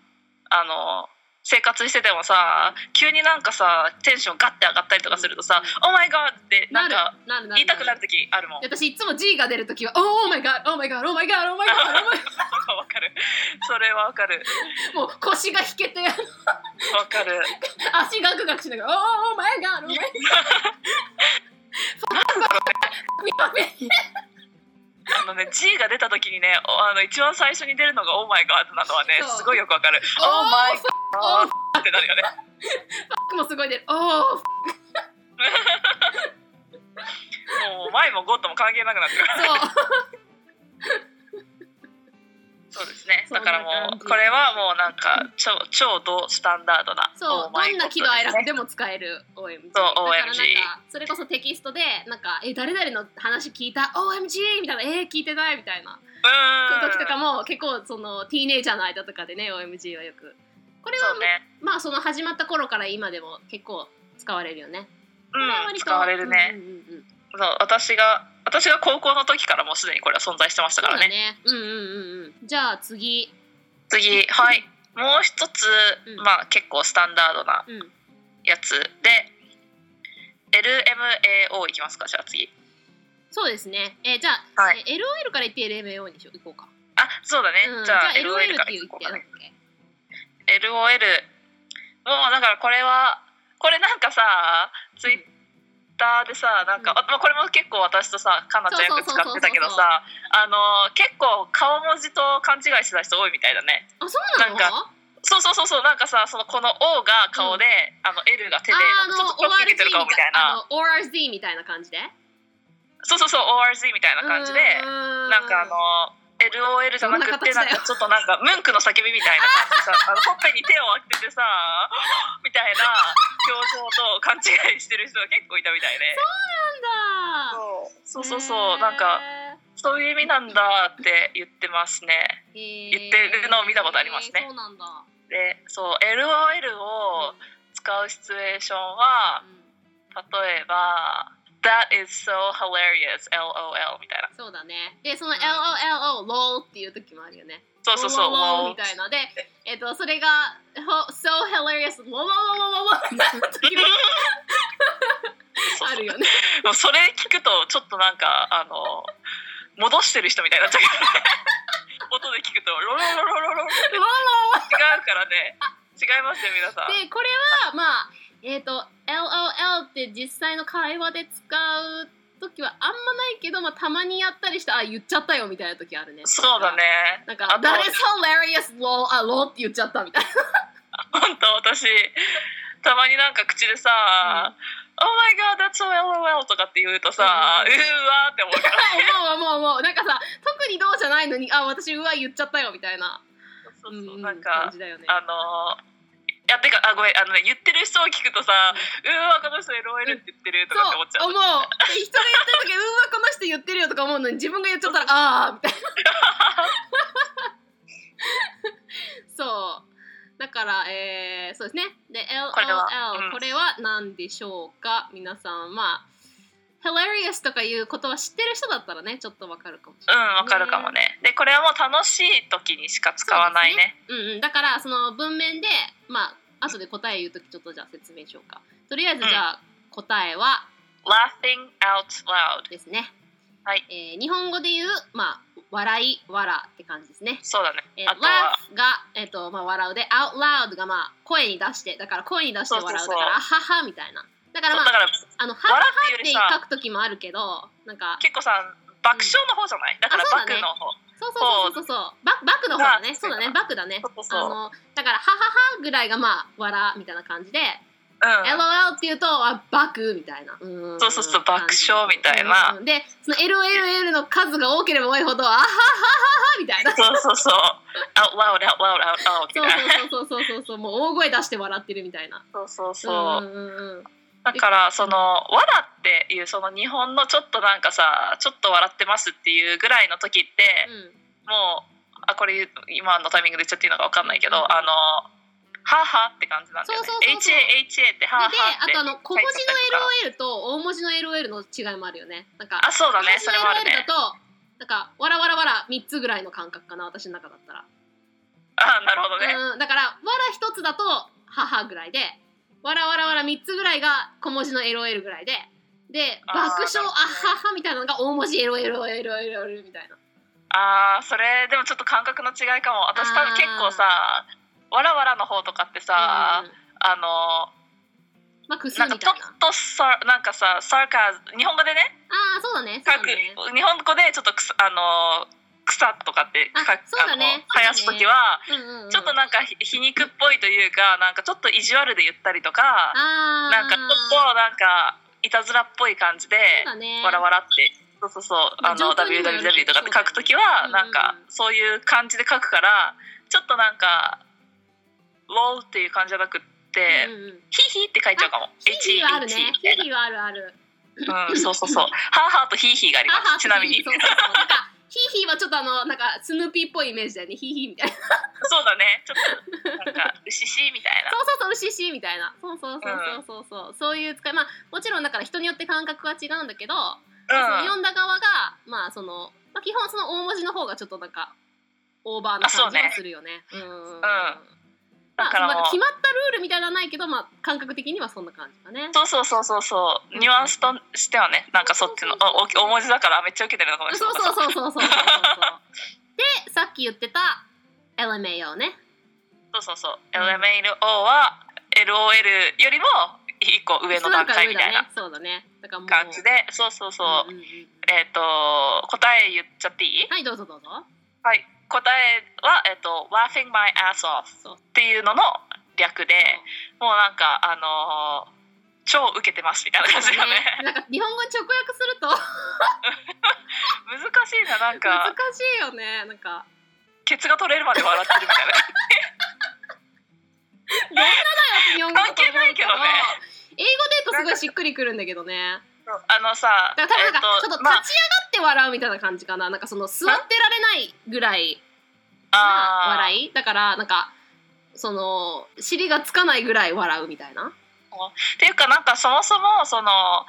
Speaker 2: あの生活しててもさ急になんかさテンションガッて上がったりとかするとさ「オーマイガー」ってなんか
Speaker 1: なるなる
Speaker 2: 言いたくなる時あるもん
Speaker 1: 私いつも G が出るときは「オーマイガーオーマイガーオーマイガーオーマイガーオーマイガ
Speaker 2: わかる (laughs) それはわかる
Speaker 1: ー」もう腰が引けて
Speaker 2: わかる
Speaker 1: 足ガクガクしながら「オーマイガーオーマイガー」
Speaker 2: あのね G が出た時にねおあの一番最初に出るのが「オーマイガー」なのはね
Speaker 1: そう
Speaker 2: すごいよくわかる「
Speaker 1: Oh
Speaker 2: オーマイガー」ってなるよね
Speaker 1: もうすごい出る「オー
Speaker 2: もう前もゴッドも関係なくなってくる
Speaker 1: そう
Speaker 2: そうですね
Speaker 1: そん
Speaker 2: だ
Speaker 1: な
Speaker 2: からも
Speaker 1: 感
Speaker 2: う
Speaker 1: じ
Speaker 2: これはもうなんか超超ドスタンダードな
Speaker 1: そうどんな喜怒哀楽でも使える OMG
Speaker 2: そう
Speaker 1: だからなん
Speaker 2: OMG
Speaker 1: かそれこそテキストでなんか「え誰々の話聞いた OMG」みたいな「えー、聞いてない」みたいな時とか
Speaker 2: も
Speaker 1: も結構そのティーネイジャーの間とかでね OMG はよくこれは
Speaker 2: そうね
Speaker 1: まあその始まった頃から今でも結構使われるよねこれは
Speaker 2: うん
Speaker 1: 割と
Speaker 2: 使われるね
Speaker 1: うんうんうんうん
Speaker 2: そう私が私が高校の時からもうすでにこれは存在してました
Speaker 1: そ
Speaker 2: か
Speaker 1: う
Speaker 2: ら
Speaker 1: だ
Speaker 2: ね
Speaker 1: ねうんうんうんうんじゃあ次
Speaker 2: 次はいもう一つ、
Speaker 1: うん
Speaker 2: まあ結構スタンダードな
Speaker 1: うん
Speaker 2: やつで LMAO いきますかじゃあ次
Speaker 1: そうですねえーじゃあ、
Speaker 2: はい
Speaker 1: えー LOL から言って LMAO にしよう行こうか
Speaker 2: あそうだね、
Speaker 1: うん
Speaker 2: じゃあ
Speaker 1: じゃあ
Speaker 2: LOL
Speaker 1: LOL
Speaker 2: か
Speaker 1: っ
Speaker 2: ら
Speaker 1: て
Speaker 2: い
Speaker 1: 言
Speaker 2: こ
Speaker 1: っ
Speaker 2: う
Speaker 1: て
Speaker 2: か
Speaker 1: なん
Speaker 2: ね
Speaker 1: だっけ
Speaker 2: LOL もうだからこれはこれなんかさツイッターでさなんか、
Speaker 1: うん
Speaker 2: あまあこれも結構私とさかなちゃんよく使ってたけど
Speaker 1: そうそうそうそうそう
Speaker 2: さあの結構顔文字と勘違いしてた人多いみたいだね
Speaker 1: あそうなの
Speaker 2: なんそうそうそうそうなんかさそのこの O が顔で、あの L が手で
Speaker 1: あーあ
Speaker 2: ちょ
Speaker 1: の
Speaker 2: っとこっち見てる顔みたいな
Speaker 1: ORZ みたいなあの ORZ みたいな感じで
Speaker 2: そうそうそう ORZ みたいな感じでな
Speaker 1: なん
Speaker 2: かあの LOL じゃなくて
Speaker 1: ど
Speaker 2: なん
Speaker 1: な形だよ
Speaker 2: かちょっとなんかムンクの叫びみたいな感じでさあのほっぺに手を当ててさみたいな表情と勘違いしてる人が結構いたみたいで
Speaker 1: なんだ
Speaker 2: そうそうそうなんかそういう意味なんだって言ってますね
Speaker 1: 言
Speaker 2: 言ってるのを見たことありますね
Speaker 1: そうなんだ
Speaker 2: でそう LOL を使うシチュエーションは
Speaker 1: うん
Speaker 2: 例えば「That is so hilarious LOL」みたいな
Speaker 1: そうだねでその LOLO ローっていう時もあるよね
Speaker 2: そうそうそう
Speaker 1: ローローローみたいなでえっとそれがほ so hilarious ローローローローローみたいな時もあるよね
Speaker 2: でもそれ聞くとちょっとなんかあの戻してる人みたいになっちゃうけどね音で聞くとロロロロロロ
Speaker 1: (laughs)
Speaker 2: ロ
Speaker 1: ロー
Speaker 2: 違
Speaker 1: ロ
Speaker 2: うからね違いますよ皆さん
Speaker 1: ーでこれはまあえっと LOL って実際の会話で使う時はあんまないけどまあたまにやったりしてあ言っちゃったよみたいな時あるね
Speaker 2: そうだね
Speaker 1: なん
Speaker 2: あ
Speaker 1: か「
Speaker 2: と
Speaker 1: That is hilarious ローあローって言っちゃったみたいな
Speaker 2: 本当私たまになんか口でさ「Oh my god that's so LOL」とかって言うとさ「
Speaker 1: うん
Speaker 2: うわ」って思うから
Speaker 1: はいもうもうもうもうなんかさ特にどうじゃないのにあ私うわ言っちゃったよみたいな
Speaker 2: そう
Speaker 1: うん
Speaker 2: そう
Speaker 1: うん
Speaker 2: なん
Speaker 1: 感
Speaker 2: か
Speaker 1: じだよね
Speaker 2: あのいやてかあごめんあのね言ってる人を聞くとさ「うわこの人 LOL って言ってる」と
Speaker 1: そ
Speaker 2: かって思っちゃ
Speaker 1: う
Speaker 2: う
Speaker 1: 思うで人が言ってる時うわこの人言ってるよとか思うのに自分が言っちゃったらああみたいな (laughs) そうだから、えー、そうですねで LOL
Speaker 2: こ
Speaker 1: こ
Speaker 2: れ
Speaker 1: れ
Speaker 2: は
Speaker 1: は、
Speaker 2: うん
Speaker 1: 何でしょうか皆さんまあ hilarious とかいうことは知ってる人だったらねちょっとわかるかもしれ
Speaker 2: うん
Speaker 1: ない、
Speaker 2: わかるかもねでこれはもう楽しい時にしか使わないね
Speaker 1: うんうん、だからその文面でまあ後で答え言うときちょっとじゃあ説明しようかとりあえずじゃあ答えは
Speaker 2: laughing out loud
Speaker 1: ですね、
Speaker 2: はい
Speaker 1: えー日本語で言う、まあ、笑い笑って感じですね、
Speaker 2: そうだね
Speaker 1: えー、
Speaker 2: あとは
Speaker 1: laugh が、えーとまあ、笑うで out loud が、まあ、声に出してだから声に出して笑う
Speaker 2: そうそうそう
Speaker 1: だからあははみたいなだから
Speaker 2: そ
Speaker 1: ま
Speaker 2: うだ
Speaker 1: あ
Speaker 2: から
Speaker 1: あのはは
Speaker 2: 笑っていうよ
Speaker 1: って
Speaker 2: りさ
Speaker 1: 書く時もあるけどなんか
Speaker 2: 結構さ爆笑の方じゃないだから
Speaker 1: あそうだ
Speaker 2: 爆
Speaker 1: ね
Speaker 2: の方
Speaker 1: そうそうそうそうそうババクの方だね
Speaker 2: が
Speaker 1: そうだねバクだね
Speaker 2: そうそうそう
Speaker 1: あのだからはははぐらいがまあ笑みたいな感じで、
Speaker 2: うん
Speaker 1: LOL っていうとあバクみたいなうん
Speaker 2: そうそうそう爆笑みたいな
Speaker 1: うんでその LOL の数が多ければ多いほどあははははみたいな
Speaker 2: そうそうそうそう。あ、わおら、わおら、わおみたい
Speaker 1: そう
Speaker 2: な。
Speaker 1: そうそうそ
Speaker 2: (laughs)
Speaker 1: うそうそうもう大声出して笑ってるみたいな
Speaker 2: そうそうそう。
Speaker 1: んうんうんうん
Speaker 2: だからその「笑っていうその日本のちょっとなんかさちょっと笑ってますっていうぐらいの時って、もうあこれ今のタイミングで言っちゃっていいのかわかんないけど、
Speaker 1: うん
Speaker 2: あの「はあはあ」って感じなんだよね
Speaker 1: そう
Speaker 2: 「
Speaker 1: そうそうそう
Speaker 2: HAHA」って「はあはあ」っ
Speaker 1: で
Speaker 2: て
Speaker 1: あとあの小文字
Speaker 2: 書いてたりとか
Speaker 1: の LOL と大文字の LOL の違いもあるよねなんか
Speaker 2: あそうだね
Speaker 1: 小
Speaker 2: それもあ
Speaker 1: 文
Speaker 2: る
Speaker 1: 字の LOL だ
Speaker 2: ね
Speaker 1: となんかわらわらわら3つぐらいの感覚かな私の中だったら
Speaker 2: あなるほどね、
Speaker 1: うん、だから「わら」一つだと「母」ぐらいで「わらわらわら」三つぐらいが小文字の LOL ぐらいでで
Speaker 2: あー
Speaker 1: 爆笑「
Speaker 2: な
Speaker 1: あ
Speaker 2: るほどね
Speaker 1: はは」みたいなのが大文字 LOLLOL みたいな
Speaker 2: あーそれでもちょっと感覚の違いかも私多
Speaker 1: あー
Speaker 2: 分結構さ「わらわら」の方とかってさ、
Speaker 1: うん
Speaker 2: あの
Speaker 1: まあくす
Speaker 2: なんか
Speaker 1: み
Speaker 2: ちょ
Speaker 1: た
Speaker 2: っ
Speaker 1: いな
Speaker 2: とさなんかさサーカー日本語でね
Speaker 1: ああそうだねそうだ
Speaker 2: 書く、
Speaker 1: ね
Speaker 2: 日本語でちょっとくすあのー草とかって書く
Speaker 1: あそうだね
Speaker 2: あの生やす時は、
Speaker 1: うんうんうん
Speaker 2: ちょっとなんかひ皮肉っぽいというかなんかちょっと意地悪で言ったりとか
Speaker 1: あー
Speaker 2: なんかちょっとなんかいたずらっぽい感じで
Speaker 1: そうだね
Speaker 2: 「わらわら」ってそうそうそう「
Speaker 1: まあ
Speaker 2: あの
Speaker 1: 上手にもよるけ
Speaker 2: www」
Speaker 1: ど
Speaker 2: とかって書く時は
Speaker 1: そうだよね
Speaker 2: なんか
Speaker 1: うんうん
Speaker 2: そういう感じで書くからちょっとなんか「ロー」っていう感じじゃなくって
Speaker 1: うんうん
Speaker 2: 「ヒヒ」って書いちゃうかも「
Speaker 1: ヒーヒーはあるね
Speaker 2: HH み
Speaker 1: ヒ
Speaker 2: たい
Speaker 1: ー
Speaker 2: な
Speaker 1: ヒーはあるある
Speaker 2: うんそうそうそう「ハーハー」と「ヒーヒー」があり
Speaker 1: は
Speaker 2: ま
Speaker 1: は
Speaker 2: すちなみに
Speaker 1: そうそうそうなんかヒーヒーはちょっとあのなんかスヌーピーっぽいイメージだよねヒーヒーみたいな
Speaker 2: そうだね。ちょっと、なんか、牛しいみたいな。
Speaker 1: そうそうそう牛しみたいなそうそうそうそうそうそうそういう使いまあもちろんだから人によって感覚は違うんだけど、その
Speaker 2: うん。
Speaker 1: 読んだ側がまあその、まあ、基本その大文字の方がちょっとなんかオーバーな
Speaker 2: あそ
Speaker 1: 感
Speaker 2: う
Speaker 1: じ
Speaker 2: ね
Speaker 1: がするよねうん
Speaker 2: ん
Speaker 1: ま
Speaker 2: だ
Speaker 1: あ、
Speaker 2: か
Speaker 1: その
Speaker 2: ら
Speaker 1: なん
Speaker 2: も
Speaker 1: か決
Speaker 2: う、
Speaker 1: まったルールみたいなのはないけど、まあ、感覚的にはそんな感じだね。
Speaker 2: そうそうそうそうそう。ニュアンスとしてはね、なんかそっちの、お、お大文字だからめっちゃ受けてるのかもしれ
Speaker 1: そう
Speaker 2: ない。
Speaker 1: そうそうそうそうそうそう。で、さっき言ってた LMAO ね。
Speaker 2: そうそうそう。
Speaker 1: うん
Speaker 2: LMLO は、LOL よりも、一個上の段階みたいな
Speaker 1: そうだね。そうだね。だからもう
Speaker 2: 感じで、そうそうそう。
Speaker 1: んんん
Speaker 2: えっ、と、答え言っちゃっていい
Speaker 1: はい、どうぞどうぞ。
Speaker 2: はい。答えは、えっ、と、laughing my ass off っていうのの略で、もうなんか、あのー超受けてますみたいな感じ
Speaker 1: そう
Speaker 2: だ
Speaker 1: だ
Speaker 2: ね。
Speaker 1: ねなんか日本語に直訳すると
Speaker 2: (laughs) 難しいななん
Speaker 1: 難
Speaker 2: か
Speaker 1: しいよね。なんか
Speaker 2: ケツが取れるまで笑ってるみたいな
Speaker 1: 日本語だと思う
Speaker 2: 関係ないけどね
Speaker 1: 英語で言うとすごいしっくりくるんだけどね。
Speaker 2: あのさ
Speaker 1: だから多分なんか
Speaker 2: え
Speaker 1: ちょ
Speaker 2: っ
Speaker 1: っと立ち上
Speaker 2: ま
Speaker 1: が
Speaker 2: あ
Speaker 1: って笑うみたいな感じかな。なんかその座ってられないぐらいな
Speaker 2: あー
Speaker 1: 笑い。だからなんかその尻がつかないぐらい笑うみたいな。
Speaker 2: っていうかなんかそもそもその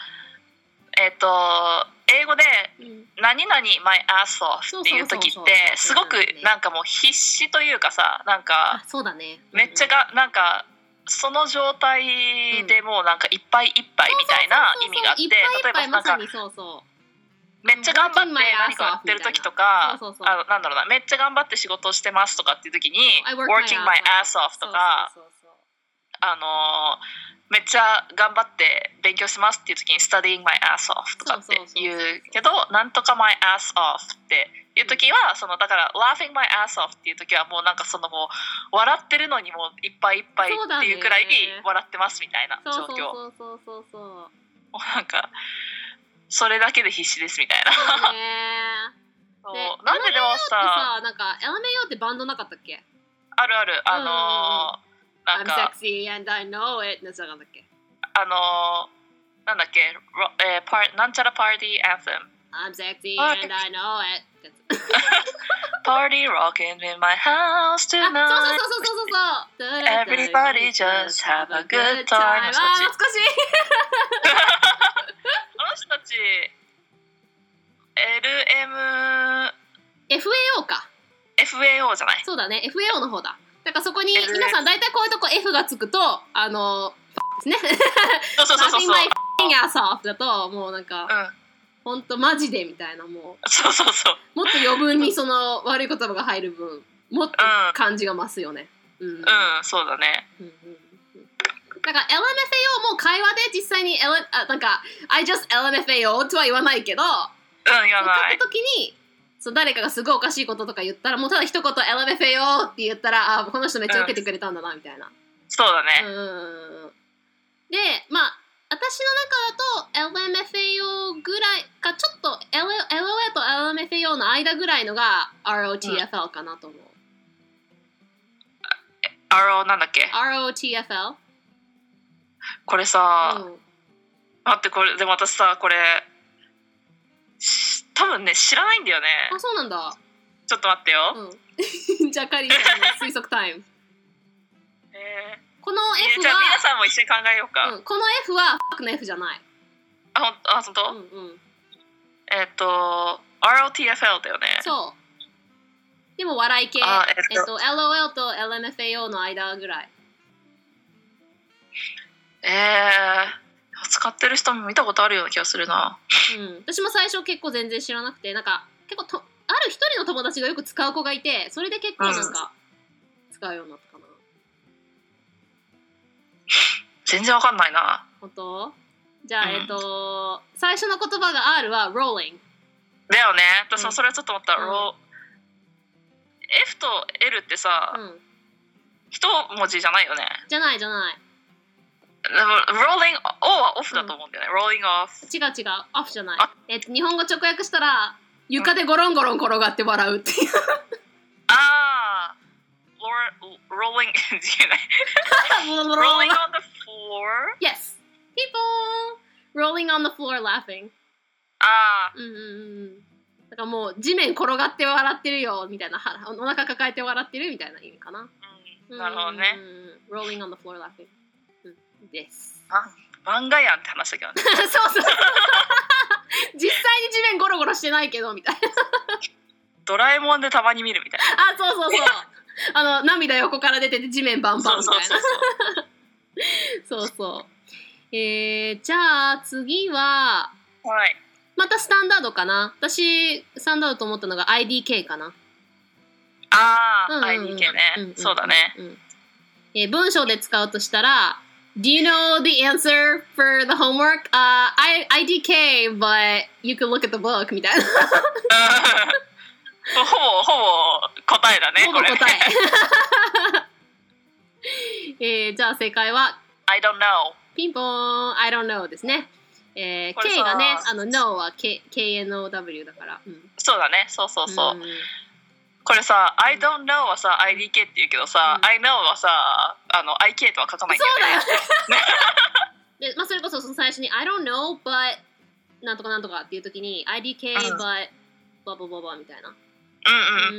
Speaker 2: えっ、と英語で
Speaker 1: うん
Speaker 2: 「何々 my ass off」っていう時
Speaker 1: そうそうそうそう
Speaker 2: ってすごくなんかもう必死というかさなん
Speaker 1: あ
Speaker 2: か
Speaker 1: そうだね。
Speaker 2: めっちゃがなんかその状態でもうなんかいっぱいいっぱいみたいな
Speaker 1: そうそうそう
Speaker 2: 意味があって
Speaker 1: いっ
Speaker 2: 例
Speaker 1: ぱいいっ
Speaker 2: え
Speaker 1: ぱ
Speaker 2: ば
Speaker 1: い
Speaker 2: な
Speaker 1: ま
Speaker 2: ん
Speaker 1: さ
Speaker 2: か
Speaker 1: にそうそう。
Speaker 2: めっちゃ頑張って何かやってる時とか
Speaker 1: そうそうそう
Speaker 2: あのなんだろうなめっちゃ頑張って仕事をしてますとかっていう時に「
Speaker 1: I work my
Speaker 2: working my ass off」とか
Speaker 1: そうそうそう
Speaker 2: あのーめっちゃ頑張って勉強しますっていう時に「studying my ass off」とかって言うけど「なんとか my ass off」っていう時はそのだから「laughing my ass off」っていう時はもうなんかそのもう笑ってるのにもういっぱいいっぱいっていうくらい
Speaker 1: そうだね
Speaker 2: 笑ってますみたいな
Speaker 1: そうそ
Speaker 2: 状
Speaker 1: う
Speaker 2: 況も
Speaker 1: そうそうそうそう
Speaker 2: うなんかそれだけで必死ですみたいな。
Speaker 1: そうね
Speaker 2: そうなんででも
Speaker 1: だって
Speaker 2: さ
Speaker 1: さなんか LMAO ってバンドなかったっけ
Speaker 2: あるある、あのー、なん
Speaker 1: I'm
Speaker 2: か、
Speaker 1: sexy and I know it のやつなんだっけ
Speaker 2: あのー、なんだっけ、ロえー、パーなんちゃらパーティーアンセム。
Speaker 1: I'm sexy
Speaker 2: はい
Speaker 1: and I know it ってやつ
Speaker 2: パーティー rocking in my house
Speaker 1: あ
Speaker 2: tonight.
Speaker 1: そうそうそうそうそうそう
Speaker 2: Everybody just have a good time
Speaker 1: あー懐かしい
Speaker 2: あの人たち、LM、
Speaker 1: FAO か
Speaker 2: FAO じゃない
Speaker 1: そうだね FAO の方だだからそこに
Speaker 2: LA
Speaker 1: 皆さん大体こういうとこ F がつくとあのですね
Speaker 2: そうそうそうそう。
Speaker 1: Nothing
Speaker 2: そう
Speaker 1: like f***ing ass off だともうなんか
Speaker 2: うん。
Speaker 1: ほんとマジでみたいなも
Speaker 2: そうそうそう。
Speaker 1: うもっと余分にその悪い言葉が入る分もっと
Speaker 2: うん
Speaker 1: 感じが増すよねうんうん
Speaker 2: うん、そうだね。
Speaker 1: うんだから LMFAO も会話で実際に、L、あなんか「I just LMFAO」とは言わないけど
Speaker 2: うん、言
Speaker 1: 書
Speaker 2: わない
Speaker 1: く。ときにそう誰かがすごいおかしいこととか言ったらもうただ一言「LMFAO」って言ったらあこの人めっちゃ受けてくれたんだなみたいな
Speaker 2: そうだ
Speaker 1: うんう
Speaker 2: ね。
Speaker 1: んうんうんでまあ私の中だと LMFAO ぐらいかちょっと L- LOA と LMFAO の間ぐらいのが ROTFL かなと思う、
Speaker 2: RO なんだっけ
Speaker 1: ROTFL、
Speaker 2: これさ、
Speaker 1: うん、
Speaker 2: 待ってこれでも私さこれし多分ね知らないんだよね
Speaker 1: あそうなんだ、
Speaker 2: ちょっと待ってよ、
Speaker 1: うん、 (laughs) じゃあカリーさんの推測タイム
Speaker 2: え
Speaker 1: この
Speaker 2: ー
Speaker 1: F
Speaker 2: じゃあ皆
Speaker 1: は、
Speaker 2: さんも一緒に考えようか、
Speaker 1: うん、この F は F の F じゃない、
Speaker 2: あほんあ本当、
Speaker 1: うんうん、
Speaker 2: えっ、と ROTFL だよね
Speaker 1: そうでも笑い系
Speaker 2: あ
Speaker 1: え
Speaker 2: えっ
Speaker 1: っと、
Speaker 2: と
Speaker 1: LOL と LMFAO の間ぐらい
Speaker 2: えー、使ってる人も見たことあるような気がするな
Speaker 1: うん、私も最初結構全然知らなくてなんか結構とある一人の友達がよく使う子がいてそれで結構なんか使うようになったかな、
Speaker 2: 全然わかんないな
Speaker 1: 本当じゃあ、
Speaker 2: うん
Speaker 1: えっと最初の言葉が R は rolling
Speaker 2: だよね
Speaker 1: うん
Speaker 2: 私もそれはちょっと思った、
Speaker 1: うん
Speaker 2: ロ F と L ってさ、
Speaker 1: うん
Speaker 2: 一文字じゃないよね
Speaker 1: じゃないじゃない
Speaker 2: でも Rolling O はオフだと思うんだよね、Rolling off
Speaker 1: 違う違うオフじゃない
Speaker 2: あ
Speaker 1: えっと日本語直訳したら床でゴロンゴロン転がって笑うっていう
Speaker 2: (laughs) ああ Rolling (laughs) 違うね
Speaker 1: (laughs)
Speaker 2: Rolling on the floor
Speaker 1: Yes people rolling on the floor laughing
Speaker 2: ああ
Speaker 1: うんうんうんうんだからもう地面転がって笑ってるよみたいなはお腹抱えて笑ってるみたいな意味かな
Speaker 2: うんなるほどね。
Speaker 1: うん、rolling on the floor laughing、うん、です。
Speaker 2: 漫画やんって話だけ
Speaker 1: (laughs)
Speaker 2: どね
Speaker 1: そうそう。実際に地面ゴロゴロしてないけどみたいな。
Speaker 2: ドラえもんでたまに見るみたいな
Speaker 1: あ、そうそうそう。あの涙横から出てて地面バンバン
Speaker 2: そう
Speaker 1: み
Speaker 2: そ
Speaker 1: た
Speaker 2: う
Speaker 1: い
Speaker 2: そう
Speaker 1: な。
Speaker 2: そう
Speaker 1: そうそう。えー、じゃあ次は
Speaker 2: (laughs) はい
Speaker 1: またスタンダードかな。私スタンダードと思ったのが IDK かな。
Speaker 2: ああ、
Speaker 1: うんうんうん
Speaker 2: IDK ね、
Speaker 1: うんうんうん
Speaker 2: そうだね
Speaker 1: うん。えー文章で使うとしたら。Do you know the answer for the homework? Uh, I IDK, but you can look at the book みたいな。
Speaker 2: うん (laughs) ほぼほぼ答えだね
Speaker 1: ほぼ答
Speaker 2: これ (laughs) ね
Speaker 1: え。えー、 (laughs) じゃあ正解は、
Speaker 2: I don't know
Speaker 1: ピンポーン、I don't know ですね。えー、
Speaker 2: これ
Speaker 1: K
Speaker 2: さ
Speaker 1: がね、あの、No は K- KNOW だから。うん、
Speaker 2: そうだねそうそうそう、
Speaker 1: ん
Speaker 2: これさ「I don't know」はさ「IDK」って言うけどさ「
Speaker 1: うん
Speaker 2: I know」はさあの「IK」とは書かないんだよね
Speaker 1: そうで、まあ、それこそその最初に、I don't know, but なんとかなんとかっていう時に、IDK,
Speaker 2: う
Speaker 1: but
Speaker 2: ん
Speaker 1: ババババみたいな。
Speaker 2: うんうん、
Speaker 1: う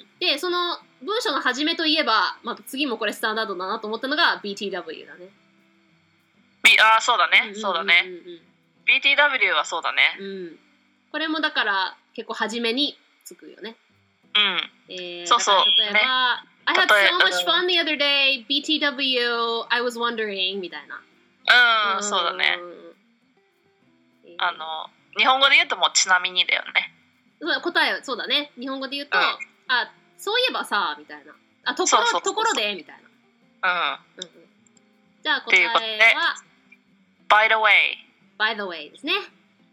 Speaker 1: んで、その文章の始めといえば、また次もこれスタンダードだなと思ったのが BTW だね。
Speaker 2: B、ああそうだね、
Speaker 1: んんんん
Speaker 2: そうだね BTW はそうだね
Speaker 1: うん、これもだから結構初めにつくよね。
Speaker 2: うん
Speaker 1: えー、
Speaker 2: そうそう
Speaker 1: だから例えば、I had
Speaker 2: 例え
Speaker 1: so much fun the other day, BTW, I was wondering みたいな。
Speaker 2: うん、そうだね。
Speaker 1: えー
Speaker 2: あの日本語で言うともうちなみにだよね
Speaker 1: そう答えはそうだね。日本語で言うと、
Speaker 2: うん
Speaker 1: あそういえばさみたいな。あとこ
Speaker 2: そうそうそ
Speaker 1: ろ
Speaker 2: うそう
Speaker 1: ところでみたいな。
Speaker 2: うん
Speaker 1: うんうん、じゃあ答
Speaker 2: て
Speaker 1: え
Speaker 2: いう
Speaker 1: は
Speaker 2: ことで By the way
Speaker 1: by the way ですね。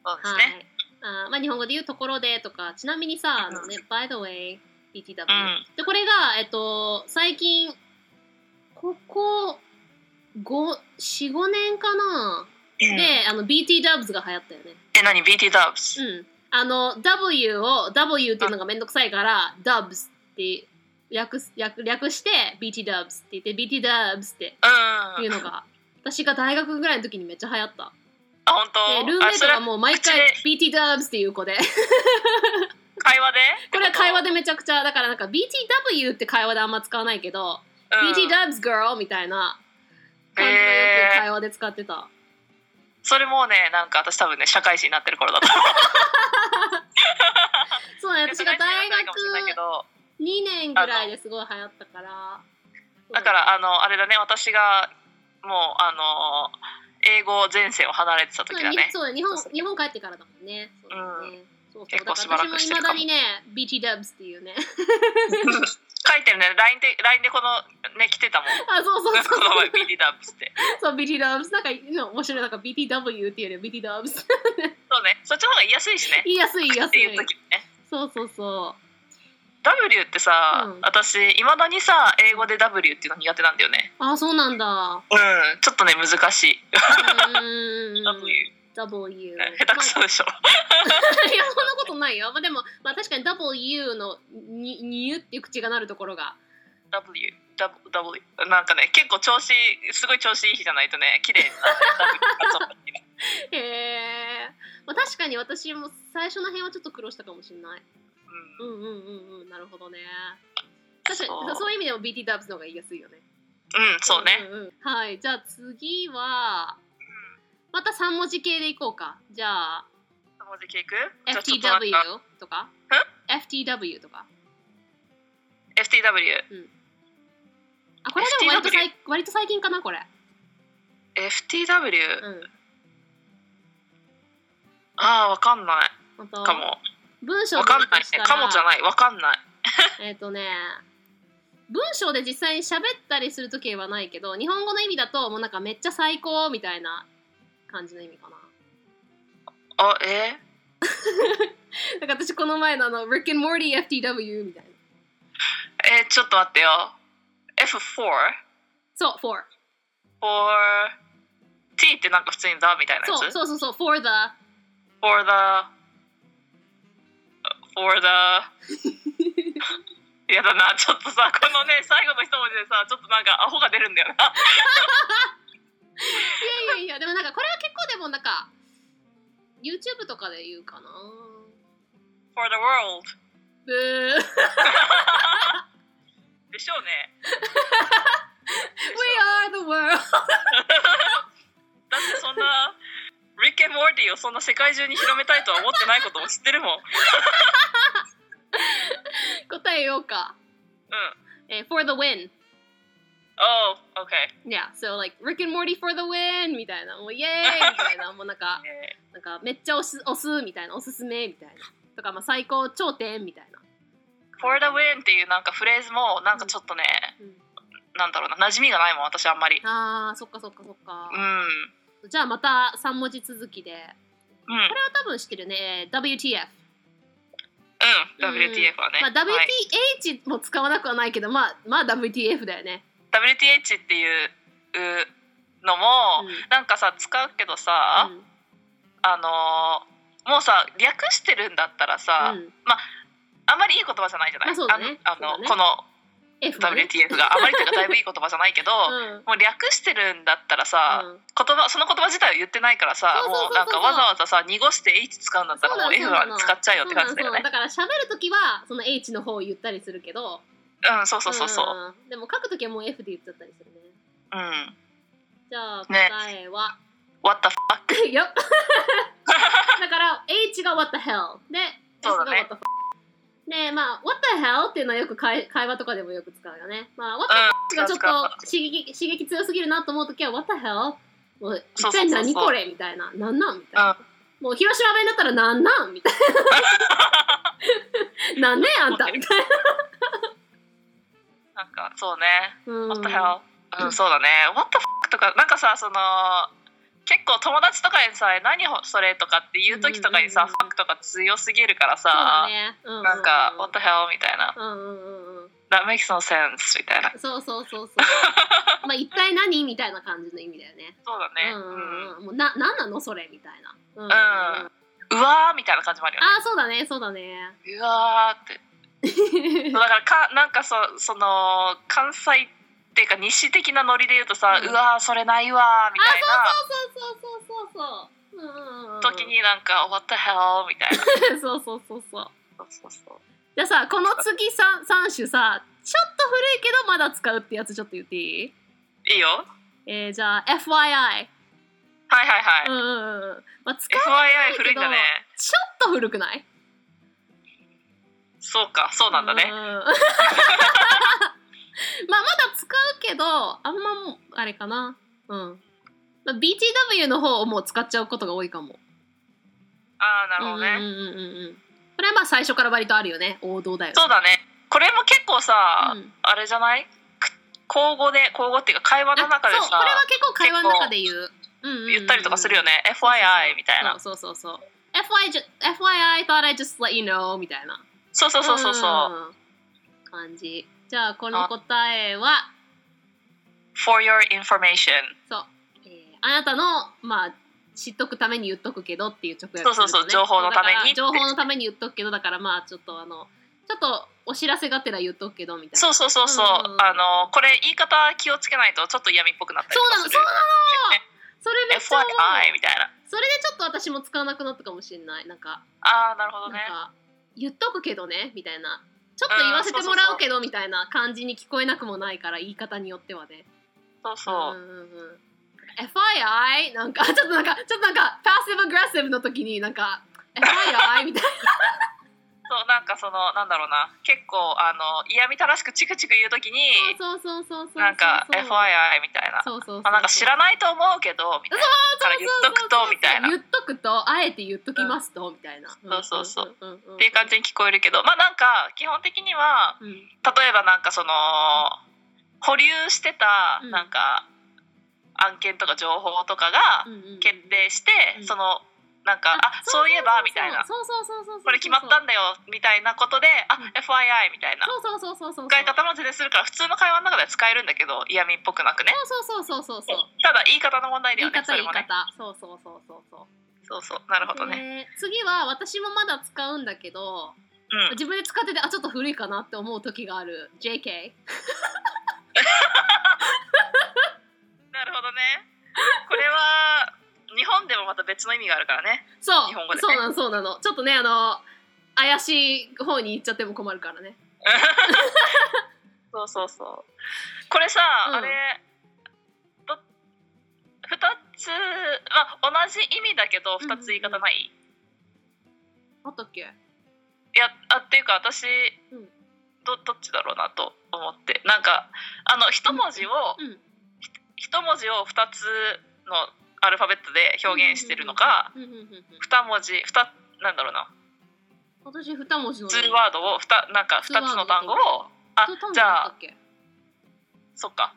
Speaker 2: そうです
Speaker 1: はい。
Speaker 2: ね、
Speaker 1: あーまあ、日本語で言うところでとか、ちなみにさ、あのね、by the way, BTW、
Speaker 2: うん
Speaker 1: で、これが、えっと、最近、ここ、5、4、5年かな、
Speaker 2: うん
Speaker 1: で、あの、BTW が流行ったよね。
Speaker 2: え何 BT ダブス、
Speaker 1: うん。あの、W を、W っていうのがめんどくさいから、Dubs って略す略略して、BTW って言って、BTW って
Speaker 2: うん、
Speaker 1: いうのが、私が大学ぐらいの時にめっちゃ流行った。
Speaker 2: あ本当
Speaker 1: で、ルームメイトが
Speaker 2: あそれ
Speaker 1: もう毎回
Speaker 2: あ
Speaker 1: BTW っていう子
Speaker 2: (laughs)
Speaker 1: で。
Speaker 2: 会話で
Speaker 1: これは会話
Speaker 2: で、
Speaker 1: でめちゃくちゃだからなんか BTW って会話であんま使わないけど、
Speaker 2: うん
Speaker 1: BTW girl みたいな感じのよく会話で使ってた、
Speaker 2: それもうねなんか私多分ね社会人になってる頃だと思う
Speaker 1: そうね私が大
Speaker 2: ないかもしれないけ
Speaker 1: 学
Speaker 2: ど
Speaker 1: 2年ぐらいですごい流行ったから
Speaker 2: だからあのあれだね私がもうあの英語前線を離れて
Speaker 1: そ
Speaker 2: た
Speaker 1: う
Speaker 2: 時
Speaker 1: だ
Speaker 2: だ
Speaker 1: ね
Speaker 2: ね
Speaker 1: そうだね日本日本帰ってからだもんねそうだね、そうそう
Speaker 2: 結構
Speaker 1: だから私
Speaker 2: しばら
Speaker 1: も
Speaker 2: く
Speaker 1: い
Speaker 2: して
Speaker 1: ま
Speaker 2: る
Speaker 1: だ
Speaker 2: かも
Speaker 1: にね BTW っていうね (laughs)
Speaker 2: 書いてるね LINE で LINE でこのね来てたもん
Speaker 1: あそうそうそ
Speaker 2: こ (laughs)
Speaker 1: う
Speaker 2: の前 BT ダブスって
Speaker 1: そう BTW なんか面白いなんか BTW っていうより BTW (laughs)
Speaker 2: そうねそっちの方が言いやすいしね
Speaker 1: 言いやすい言いやすい
Speaker 2: っていう時ね
Speaker 1: そうそうそう
Speaker 2: だ W ってさ、
Speaker 1: うん
Speaker 2: 私いまだにさ英語で W っていうの苦手なんだよね
Speaker 1: あそうなん
Speaker 2: (laughs)
Speaker 1: だ。
Speaker 2: うんちょっとね難しい、
Speaker 1: うん
Speaker 2: W
Speaker 1: W。
Speaker 2: (laughs) 下手くそでしょ、
Speaker 1: いやそんなことないよ。まあでもまあ確かに W のににゅっていう口がなるところが。
Speaker 2: W W W なんかね結構調子すごい調子いい日じゃないとね綺麗になる W
Speaker 1: へえ。まあ確かに私も最初の辺はちょっと苦労したかもしれない。う
Speaker 2: うん
Speaker 1: う
Speaker 2: ん
Speaker 1: んうんうんなるほどね。確かに
Speaker 2: そ
Speaker 1: そうういう意味でも BT ダブスの方が言いやすいよね。
Speaker 2: うんそうね、
Speaker 1: んんうんはいじゃあ次はまた三文字系でいこうか。じゃあ
Speaker 2: うん文字系いくじゃあちょっとなん
Speaker 1: FTW
Speaker 2: か
Speaker 1: とか FTW とか。
Speaker 2: FTW
Speaker 1: あこれでも割と
Speaker 2: FTW
Speaker 1: 最割と最近かなこれ。
Speaker 2: FTW、
Speaker 1: うん。
Speaker 2: ああわかんない
Speaker 1: 本当
Speaker 2: かも
Speaker 1: 文章
Speaker 2: わ
Speaker 1: で
Speaker 2: かんない
Speaker 1: した
Speaker 2: ね
Speaker 1: ら
Speaker 2: かもじゃないわかんない
Speaker 1: えっ、とね文章で実際に喋ったりするときはないけど日本語の意味だともうなんかめっちゃ最高みたいな感じの意味かな
Speaker 2: あえ
Speaker 1: だから私この前のあの Rick and Morty FTW みたいな
Speaker 2: ー、えー、ちょっと待ってよ F4
Speaker 1: そう for
Speaker 2: for t ってなんか普通にだみたいなやつ
Speaker 1: そうそうそうそう for the
Speaker 2: for the for the やだなちょっとさこのね最後の一文字でさちょっとなんかアホが出るんだよな
Speaker 1: いやいやいやでもなんかこれは結構でもなんか YouTube とかで言うかな
Speaker 2: for the world
Speaker 1: ブー We
Speaker 2: でしょうね
Speaker 1: are the world
Speaker 2: (laughs) だってそんなリケ・モーディをそんな世界中に広めたいとは思ってないことも知ってるもんうん
Speaker 1: 答えようか、えー for the win
Speaker 2: Oh OK
Speaker 1: Yeah, so like Rick and Morty for the win みたいな、もうイエーイみたい
Speaker 2: (laughs)
Speaker 1: な、もうなんか、
Speaker 2: え
Speaker 1: なんかめっちゃ押す押すみたいな、おすすめみたいな。とか、まあ最高頂点みたいな。
Speaker 2: ー for the win っていうなんかフレーズもなんかちょっとね、
Speaker 1: うん
Speaker 2: なんだろうな馴染みがないもん私あんまり
Speaker 1: あー、そっかそっかそっか
Speaker 2: う。ん
Speaker 1: じゃあまた3文字続きで。こ
Speaker 2: うん
Speaker 1: れは多分知ってるね、えー WTF。
Speaker 2: うん、
Speaker 1: うん
Speaker 2: WTF はね、
Speaker 1: まあ
Speaker 2: はい
Speaker 1: WTH も使わなくはないけど、まあ、まあ WTF だよね。
Speaker 2: WTH っていううのも、なんかさ使うけどさ、
Speaker 1: うん
Speaker 2: あのーもうさ略してるんだったらさ、
Speaker 1: うん
Speaker 2: あんまりいい言葉じゃないじゃない、
Speaker 1: まあそうだね
Speaker 2: あのあ
Speaker 1: そうだ
Speaker 2: の
Speaker 1: ね
Speaker 2: この
Speaker 1: F だね
Speaker 2: WTF があまりというかだいぶいい言葉じゃないけど、
Speaker 1: うんうん
Speaker 2: もう略してるんだったらさ、言葉その言葉自体を言ってないからさ
Speaker 1: そうそうそう
Speaker 2: もうなんか
Speaker 1: そう
Speaker 2: わざわざさ濁して H 使うんだった
Speaker 1: そう
Speaker 2: ら
Speaker 1: なの
Speaker 2: もう F
Speaker 1: そうなの
Speaker 2: は使っちゃうよって感じだよ
Speaker 1: そうなのそうなのだ
Speaker 2: ね
Speaker 1: から喋るときは、その H の方を言ったりするけど、
Speaker 2: うんそうそうそうそううん
Speaker 1: んでも書くときはもう F で言っちゃったりするね。じゃあ答
Speaker 2: ね
Speaker 1: えは、
Speaker 2: What the fuck
Speaker 1: (laughs) いやだから H が What the hell で S
Speaker 2: そう
Speaker 1: が
Speaker 2: だね
Speaker 1: What the f k でまあ What the hell っていうのはよく会会話とかでもよく使うよね。まあ What
Speaker 2: うん
Speaker 1: the hell がちょっ
Speaker 2: 使う使う
Speaker 1: と刺激刺激強すぎるなと思うときは What the hell もう
Speaker 2: そうそうそ
Speaker 1: 一体
Speaker 2: うそう
Speaker 1: 何これみたいな。なんなんみたいな。
Speaker 2: うん
Speaker 1: もう広島弁だったらなんなんみたい
Speaker 2: (laughs)
Speaker 1: な。なんねあんたみたいな。
Speaker 2: なんかそうね
Speaker 1: うん
Speaker 2: What the hell? うん、そうだね。What the fuck? とか、なんかさ、その、結構友達とかにさ、何をそれとかって言う時とかに
Speaker 1: うんう
Speaker 2: さ、
Speaker 1: んうんうん
Speaker 2: fuck とか強すぎるから
Speaker 1: そうだ
Speaker 2: さ、
Speaker 1: ね。ううう
Speaker 2: なんか、What the hell? みたいな。
Speaker 1: うんうんうんうん。
Speaker 2: That makes no sense みたいな。
Speaker 1: そうそうそうそう。まあ一体何みたいな感じの意味だよね。
Speaker 2: そうだね。
Speaker 1: う
Speaker 2: うん
Speaker 1: うん
Speaker 2: ん。
Speaker 1: うん。もうな何なのそれみたいな。うん、
Speaker 2: うん
Speaker 1: あ
Speaker 2: うわーみたいな感じもあるよね。
Speaker 1: ーそうだねそうだね。
Speaker 2: うわ
Speaker 1: (laughs)
Speaker 2: ーって。そうだからか、なんかそう、その、関西っていうか、西的なノリで言うとさ、
Speaker 1: う
Speaker 2: うんわー、それないわーみたいな
Speaker 1: そうそうそうそうそう。うんうんうん、
Speaker 2: 時になんか、What the hell? みたいな。
Speaker 1: (laughs) そうそうそうそう
Speaker 2: そうそうそう。
Speaker 1: じゃあさこの次 3, 三種さちょっと古いけどまだ使うってやつちょっと言っていい
Speaker 2: いいよ。はい
Speaker 1: えー、じゃあ FYI、
Speaker 2: はいはい。
Speaker 1: うんうんうんまあ、使う
Speaker 2: FYI 古いんだね
Speaker 1: ちょっと古くない
Speaker 2: そうかそうなんだ
Speaker 1: う
Speaker 2: ね
Speaker 1: ん (laughs) まあまだ使うけどあんまもうあれかなうん、まあ、BTW の方をもう使っちゃうことが多いかも
Speaker 2: ああなるほど
Speaker 1: うん
Speaker 2: ね
Speaker 1: うんうんうんうんこれはまあ最初から割とあるよね王道だよね
Speaker 2: そうだねこれも結構さ
Speaker 1: うん
Speaker 2: あれじゃないく口語で口語っていうか会話の中で
Speaker 1: あそうこれは
Speaker 2: さ
Speaker 1: 結構会話の中で言ううんうんうん
Speaker 2: 言ったりとかするよね FYI みたいな
Speaker 1: そうそうそうそう FY FYI thought I just let you know みたいな
Speaker 2: そうそうそうそうそう
Speaker 1: うん感じじゃあこの答えは
Speaker 2: For your information
Speaker 1: そう、えーあなたのまあ知っとくために言っとくけどっていう直訳
Speaker 2: そうそうそう
Speaker 1: すると
Speaker 2: 情報のために
Speaker 1: だから情報のために言っとくけどだからまあちょっとあのちょっとお知らせがてら言っとくけどみたいな
Speaker 2: そうそうそうそう、
Speaker 1: うんうんうん
Speaker 2: あのこれ言い方気をつけないとちょっと嫌味っぽくなったりと
Speaker 1: そう
Speaker 2: か
Speaker 1: なの
Speaker 2: す
Speaker 1: そ
Speaker 2: る
Speaker 1: うなの
Speaker 2: ね
Speaker 1: それめっちゃ思う
Speaker 2: FYI みたいな
Speaker 1: それでちょっと私も使わなくなったかもしれないなんか
Speaker 2: ああなる
Speaker 1: な
Speaker 2: ほど
Speaker 1: ん
Speaker 2: ね
Speaker 1: か言っとくけどねみたいなちょっと言わせてもらうけどみたいな感じに聞こえなくもないから言い方によってはね
Speaker 2: そうそう、
Speaker 1: んうんうん FII なんかちょっとなんかちょっとなんかパッシブアグレッシブの時になんか FII みたいな
Speaker 2: そうなんかそのなんだろうな結構あの嫌味たらしくチクチク言うときに
Speaker 1: そうそうそうそうそうそう
Speaker 2: なんか FYI みたいな
Speaker 1: そうそうそう
Speaker 2: あなんか知らないと思うけどみたいなから言っとくとみたいなっ
Speaker 1: 言っとくとあえて言っときますと、みたいな
Speaker 2: そうそうそ
Speaker 1: うんんんんん
Speaker 2: ていう感じに聞こえるけどまあなんか基本的には
Speaker 1: うん
Speaker 2: 例えばなんかその保留してた
Speaker 1: うん
Speaker 2: なんか案件とか情報とかが
Speaker 1: うんうんうん
Speaker 2: 決定して、
Speaker 1: うん
Speaker 2: そのなんかあそういえばみたいな
Speaker 1: そうそうそうそうそう
Speaker 2: これ決まったんだよみたいなことであ
Speaker 1: うん
Speaker 2: FYI みたいな
Speaker 1: そうそうそうそうそうそう
Speaker 2: 使い方も全然するから普通の会話の中では使えるんだけど嫌味っぽくなくね
Speaker 1: そうそうそうそうそうそう
Speaker 2: ただ言い方の問題だ
Speaker 1: 言い
Speaker 2: よね
Speaker 1: 方
Speaker 2: それ
Speaker 1: 言い
Speaker 2: もね
Speaker 1: 方そうそうそうそうそう
Speaker 2: そうそうなるほど
Speaker 1: で
Speaker 2: ね、
Speaker 1: 次は私もまだ使うんだけど
Speaker 2: うん
Speaker 1: 自分で使っててあちょっと古いかなって思う時がある JK
Speaker 2: なるほどねこれは日本でもまた別の意味があるからね
Speaker 1: そう
Speaker 2: 日本語でね
Speaker 1: そうなのそうなのちょっとねあの怪しい方に行っちゃっても困るからね
Speaker 2: そうそうそう。これさ、
Speaker 1: うん
Speaker 2: あれ。ど二つ、まあ、同じ意味だけど、二つ言い方ない。
Speaker 1: あったっけ
Speaker 2: いや、あ、っていうか、私。
Speaker 1: うん
Speaker 2: ど、どっちだろうなと思って、なんか、あの、一文字を、
Speaker 1: うん
Speaker 2: 一文字を二つのアルファベットで表現してるのか。
Speaker 1: うんうんうんうんうん
Speaker 2: 二文字、二、なんだろうな、
Speaker 1: 私二文字の
Speaker 2: ツーワードを、二、なんか、二つの単語を。あ
Speaker 1: 二単、語
Speaker 2: じゃ
Speaker 1: あったっ、
Speaker 2: あ
Speaker 1: けあっ
Speaker 2: そっか。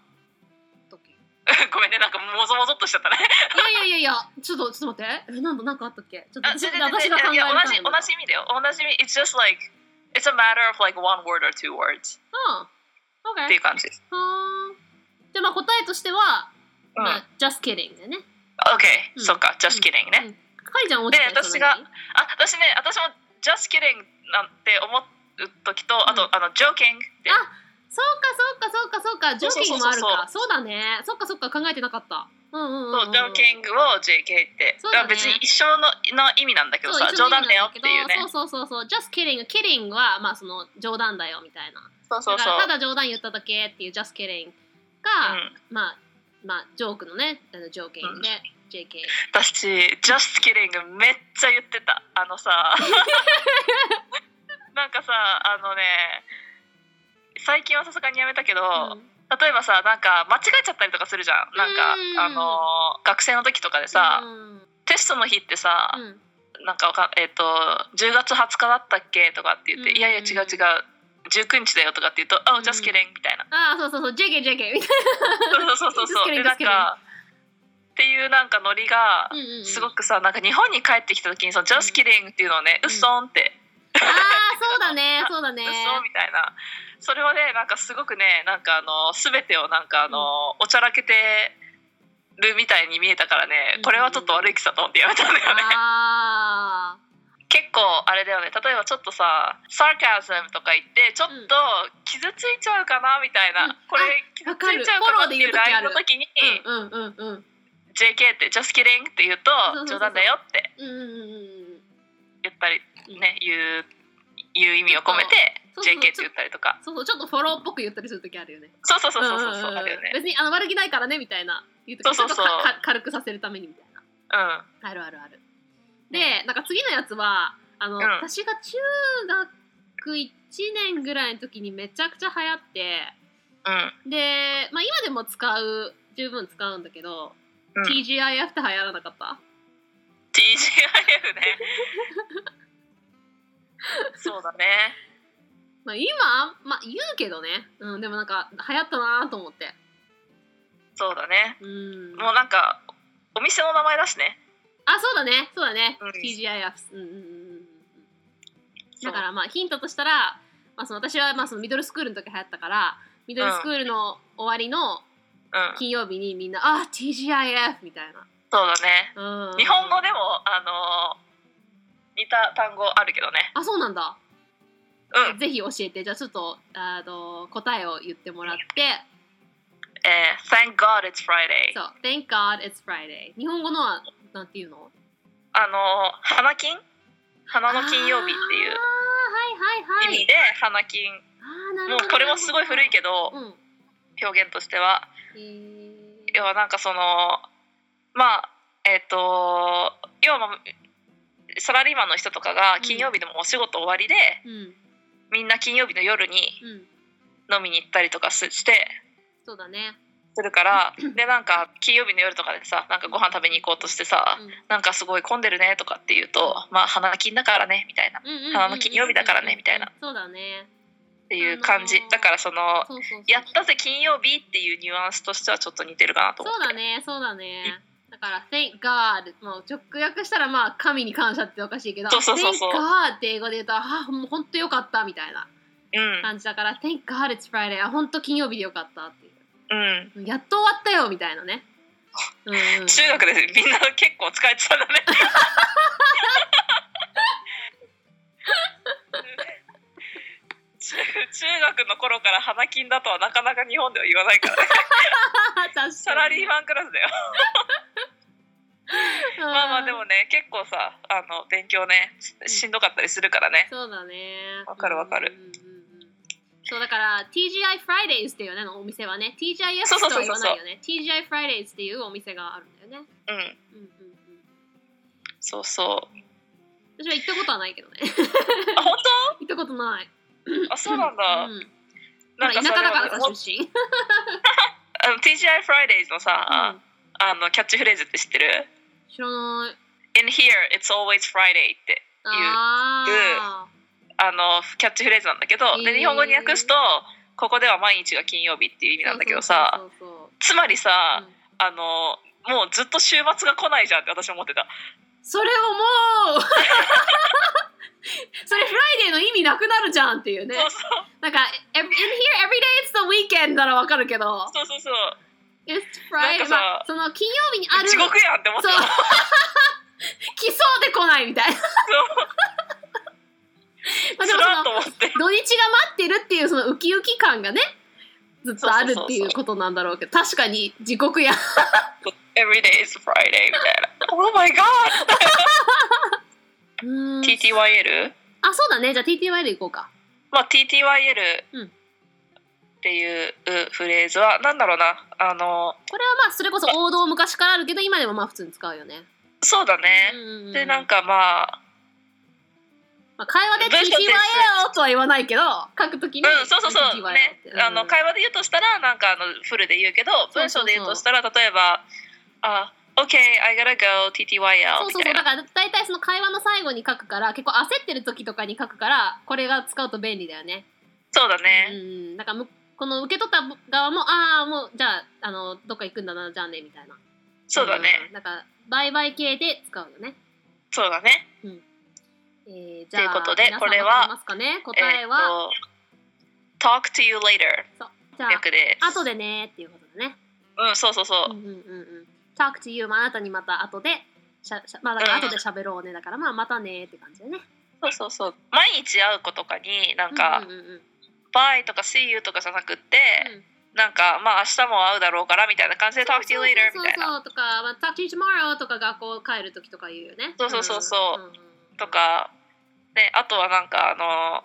Speaker 1: たっけ
Speaker 2: (laughs) ごめんね、なんか、もぞもぞっとしちゃったね。
Speaker 1: いやいやいやいやちょっとちょっと待ってえなんだなんかあったっけちょっと
Speaker 2: (laughs) あ、
Speaker 1: 私
Speaker 2: 全然
Speaker 1: 私が考
Speaker 2: い
Speaker 1: え
Speaker 2: や同
Speaker 1: た
Speaker 2: じ同じ意味だよ。同じ意味。It's just like it's a matter of like one word or two words
Speaker 1: うん
Speaker 2: っ
Speaker 1: OK
Speaker 2: ていう感じ。
Speaker 1: はーでまあ答えとしては、
Speaker 2: うん。
Speaker 1: まあ、just kidding だよね。
Speaker 2: okay、
Speaker 1: うん
Speaker 2: そっか。Just kidding
Speaker 1: う
Speaker 2: ね。
Speaker 1: んかいちゃん落ちたよ
Speaker 2: で私があ、私ね、私も just kidding なんて思う時と、あ
Speaker 1: う
Speaker 2: とあの joking って
Speaker 1: あそうかそうかそうかそうかジョーキングもある
Speaker 2: そうそうそうそ
Speaker 1: かそうだねそっかそっか考えてなかったうんうんうん、
Speaker 2: そうう、
Speaker 1: ん、
Speaker 2: joking を JK って。
Speaker 1: そうだね
Speaker 2: から別に一生のの意味なんだけど
Speaker 1: そう
Speaker 2: さ、
Speaker 1: 一緒
Speaker 2: 冗
Speaker 1: の意
Speaker 2: 談
Speaker 1: 味
Speaker 2: だ
Speaker 1: な
Speaker 2: よ
Speaker 1: ん
Speaker 2: っ
Speaker 1: け
Speaker 2: て
Speaker 1: ど
Speaker 2: いうね。
Speaker 1: そうそうそうそう just kidding kidding はまあその冗談だよみたいな
Speaker 2: そうそう
Speaker 1: だ
Speaker 2: そ
Speaker 1: からた
Speaker 2: う。
Speaker 1: だ冗談言っただけっていう just kidding
Speaker 2: う
Speaker 1: が、
Speaker 2: ん、
Speaker 1: まあまあジョークのねあのジョーキングで、
Speaker 2: う
Speaker 1: JK
Speaker 2: 私 just kidding めっちゃ言ってたあ
Speaker 1: (laughs)
Speaker 2: のさなんかさあのね最近はさすがにやめたけど、
Speaker 1: うん
Speaker 2: 例えばさなんか間違えちゃったりとかするじゃんなんか、
Speaker 1: うん
Speaker 2: あのー学生の時とかでさ、
Speaker 1: うん
Speaker 2: テストの日ってさ、
Speaker 1: うん
Speaker 2: なんかわかんえっ、と10月20日だったっけとかって言って、
Speaker 1: うん
Speaker 2: いやいや違う違う19日だよとかって言うと「あ、
Speaker 1: うん
Speaker 2: just kidding」みたいな
Speaker 1: ああそうそうそう JK JK みたい
Speaker 2: そうそうそうそ
Speaker 1: (laughs) Just
Speaker 2: う
Speaker 1: kidding,
Speaker 2: でなん
Speaker 1: just kidding
Speaker 2: かっていうなんかノリ
Speaker 1: な、
Speaker 2: が
Speaker 1: うんうんうん
Speaker 2: すごくさなんか日本に帰ってきた時にその「just kidding」っていうのをね「
Speaker 1: う
Speaker 2: うんっそん」って
Speaker 1: ああそうだ
Speaker 2: (laughs)
Speaker 1: ねそうだ
Speaker 2: 「
Speaker 1: ね
Speaker 2: うっそん」みたいなそれはねなんかすごくねなんかあの全てをなんかあのおちゃらけてるみたいに見えたからねこれはちょっと悪い気だと思ってやめたんだよね
Speaker 1: ああ
Speaker 2: 結構あれだよね例えばちょっとさ「サーカズム」とか言ってちょっと傷ついちゃうかなみたいな、
Speaker 1: うん
Speaker 2: こ
Speaker 1: あ
Speaker 2: れ傷
Speaker 1: わ
Speaker 2: つ
Speaker 1: かる
Speaker 2: いちゃうかなっていう
Speaker 1: フォローで言う時あ
Speaker 2: LINE
Speaker 1: る
Speaker 2: の時に
Speaker 1: うんうんうんうん
Speaker 2: 「JK」って「just kidding」って言う
Speaker 1: そうそうそうそう
Speaker 2: と「冗談だよ」って
Speaker 1: うんうんうんうん
Speaker 2: 言ったりね言う言う意味を込めて
Speaker 1: そうそう
Speaker 2: JK って言ったりとか
Speaker 1: そうそうちょっとフォローっぽく言ったりする時あるよね
Speaker 2: そうそうそうそうそう
Speaker 1: ん
Speaker 2: そ
Speaker 1: ん
Speaker 2: うんあるよね
Speaker 1: 別にあの悪気ないからねみたいな言う時
Speaker 2: そうそうそう
Speaker 1: ちょっとかか軽くさせるためにみたいな
Speaker 2: うん
Speaker 1: あるあるあるでなんか次のやつはあの、
Speaker 2: うん
Speaker 1: 私が中学1年ぐらいの時にめちゃくちゃ流行って
Speaker 2: うん
Speaker 1: で、まあ、今でも使う十分使うんだけど、
Speaker 2: うん
Speaker 1: TGIF って流行らなかった (laughs)
Speaker 2: TGIF ねそうだね
Speaker 1: まあ今、まあ、言うけどね、うん、でもなんか流行ったなと思って
Speaker 2: そうだね
Speaker 1: うん
Speaker 2: もうなんかお店の名前だしね
Speaker 1: あそうだねそうだね、
Speaker 2: うん
Speaker 1: TGIF うんうんうんうんうん
Speaker 2: そ
Speaker 1: だ
Speaker 2: う
Speaker 1: からまあヒントとしたらまあ、その私はまあそのミドルスクールの時流行ったからミドルスクールの終わりの
Speaker 2: うん、
Speaker 1: 金曜日にみんな「あ TGIF」みたいな、
Speaker 2: そうだね
Speaker 1: うん、
Speaker 2: 日本語でもあのー似た単語あるけどね
Speaker 1: あそうなんだ
Speaker 2: うん
Speaker 1: ぜひ教えてじゃあちょっとあの答えを言ってもらって
Speaker 2: えー Thank God it's Friday
Speaker 1: そう「Thank God it's Friday」日本語のはなんていうの
Speaker 2: あのー花金花の金曜日っていう
Speaker 1: あーはいはいは
Speaker 2: 意味
Speaker 1: い
Speaker 2: で花金
Speaker 1: あーなる
Speaker 2: も
Speaker 1: ほど
Speaker 2: うこれもすごい古いけど
Speaker 1: うん
Speaker 2: 表現としては
Speaker 1: えー
Speaker 2: 要はなんかそのまあえっ、と要はまあサラリーマンの人とかが金曜日でもお仕事終わりで、
Speaker 1: うん
Speaker 2: みんな金曜日の夜に
Speaker 1: うん
Speaker 2: 飲みに行ったりとかすして
Speaker 1: そうだね
Speaker 2: するからでなんか金曜日の夜とかでさなんかご飯食べに行こうとしてさ、
Speaker 1: うん
Speaker 2: なんかすごい混んでるねとかって言うとまあ花金だからねみたいなっ
Speaker 1: うんうんうんうん
Speaker 2: 花の金曜日だからねみたいな
Speaker 1: そうだね
Speaker 2: ていう感じ
Speaker 1: あのー
Speaker 2: だからその
Speaker 1: そうそうそう
Speaker 2: やったぜ金曜日っていうニュアンスとしてはちょっと似てるかなと
Speaker 1: そう
Speaker 2: 思っ
Speaker 1: だ
Speaker 2: て
Speaker 1: ねそうだねだから「Thank God」もう直訳したらまあ神に感謝っておかしいけど
Speaker 2: そうそうそうそう
Speaker 1: Thank God」って英語で言うと「あもう本当よかった」みたいな感じだから「Thank God it's Friday」あ本当金曜日でよかったってい
Speaker 2: うんうん
Speaker 1: うやっと終わったよみたいな
Speaker 2: (laughs)
Speaker 1: ね、うんうん、
Speaker 2: 中学でみんな結構使えてたんだね中中学の頃から花金だとはなかなか日本では言わないからね
Speaker 1: (laughs) 確かに
Speaker 2: サラリーマンクラスだよ
Speaker 1: うん
Speaker 2: まあまあでもね結構さあの勉強ねしんどかったりするからね
Speaker 1: そうだね
Speaker 2: わかるわかる
Speaker 1: うんうんうんうんそうだから TGI Fridays っていうねお店はね TGIF
Speaker 2: そうそう
Speaker 1: とは
Speaker 2: そう
Speaker 1: 言
Speaker 2: そう
Speaker 1: わないよね TGI Fridays っていうお店があるんだよね
Speaker 2: うん
Speaker 1: うんうんうん
Speaker 2: そうそう
Speaker 1: (laughs) 私は行ったことはないけどね (laughs)
Speaker 2: あ本
Speaker 1: 行ったことない
Speaker 2: 当あそうなんだ、
Speaker 1: うん、ほ
Speaker 2: なん
Speaker 1: ら田
Speaker 2: か
Speaker 1: 舎
Speaker 2: さ
Speaker 1: だから
Speaker 2: で
Speaker 1: さ
Speaker 2: も
Speaker 1: 出身
Speaker 2: あの TGI Fridays のさ、
Speaker 1: うん
Speaker 2: あのキャッチフレーズって知ってる
Speaker 1: 知らない
Speaker 2: ?In here it's always Friday って
Speaker 1: あ
Speaker 2: あのキャッチフレーズなんだけど、
Speaker 1: へー
Speaker 2: で日本語に訳すと「ここでは毎日が金曜日」っていう意味
Speaker 1: ー
Speaker 2: なんだけどさ
Speaker 1: そうそうそう
Speaker 2: つまり
Speaker 1: そうう、
Speaker 2: さ
Speaker 1: ん
Speaker 2: あのもうずっと週末が来ないじゃんって私思ってた
Speaker 1: それをもう (laughs) それフライデーの意味なくなるじゃんっていうね
Speaker 2: そうそう
Speaker 1: なんか「In here every day it's the weekend」ならわかるけど
Speaker 2: そうそうそう
Speaker 1: 「It's Friday
Speaker 2: なんか」さ
Speaker 1: まあその金曜日にある
Speaker 2: 地獄やんって思って
Speaker 1: そう (laughs)
Speaker 2: た
Speaker 1: 来そうで来ないみたいな
Speaker 2: そう
Speaker 1: まあで
Speaker 2: つ
Speaker 1: も
Speaker 2: らっ
Speaker 1: そ
Speaker 2: と
Speaker 1: の
Speaker 2: 思って
Speaker 1: 土日が待ってるっていうそのウキウキ感がねずっとあるっていうことなんだろうけど確かに地獄や
Speaker 2: 「Every day is Friday」みたいな「Oh
Speaker 1: (laughs)
Speaker 2: my god!」
Speaker 1: うーん
Speaker 2: TTYL?
Speaker 1: あそうだねじゃあ TTY で行こうか
Speaker 2: まあ TTYL
Speaker 1: うん
Speaker 2: っていうフレーズはなんだろうなあの
Speaker 1: これはまあそれこそ王道昔からあるけど今でもまあ普通に使うよね
Speaker 2: そうだね、でなん
Speaker 1: か、
Speaker 2: かまあ
Speaker 1: まあ、会話で
Speaker 2: 文章
Speaker 1: TTYL とは言わないけど書くときに
Speaker 2: うん、そうそうそう、ね
Speaker 1: TTYL って、
Speaker 2: あの会話で言うとしたらなんかあのフルで言うけど
Speaker 1: そう
Speaker 2: 文
Speaker 1: そうそう
Speaker 2: 章で言うとしたら例えば「あ OK I gotta go TTYL」
Speaker 1: そう
Speaker 2: み
Speaker 1: そうそ
Speaker 2: たいう
Speaker 1: だ
Speaker 2: な
Speaker 1: から大体その会話の最後に書くから結構焦ってる時とかに書くからこれが使うと便利だよね。
Speaker 2: そうだ
Speaker 1: う
Speaker 2: ね
Speaker 1: ん、だからむこの受け取った側もああもうじゃああのどっか行くんだなじゃあねみたいな。
Speaker 2: そうだね
Speaker 1: ん。だからバイバイ系で使うよね。
Speaker 2: そうだね
Speaker 1: えー、じゃあ
Speaker 2: ということで
Speaker 1: 皆さん
Speaker 2: これは
Speaker 1: わかりますかね答えは、
Speaker 2: 「Talk to you later
Speaker 1: じ」ゃ
Speaker 2: 略で
Speaker 1: あ後でねっていうことだね。
Speaker 2: うんそうそうそううん
Speaker 1: うんうんうん。talk to you まああなたにまた後でしゃしゃまあだから後で喋ろうねだからまあまたねって感じだね。
Speaker 2: そうそうそう毎日会う子とかになん
Speaker 1: う
Speaker 2: か
Speaker 1: んうんうんうん
Speaker 2: 「バイ」とか「See you」とかじゃなくって
Speaker 1: うん
Speaker 2: なんかまあ明日も会うだろうからみたいな感じで「Talk to you later」みたいな
Speaker 1: そうそうそうとか、まあ、talk to you tomorrow とか学校帰る時とか言うよね。
Speaker 2: そうそうそうそうん
Speaker 1: ん
Speaker 2: とか、ね、あとはなんかあの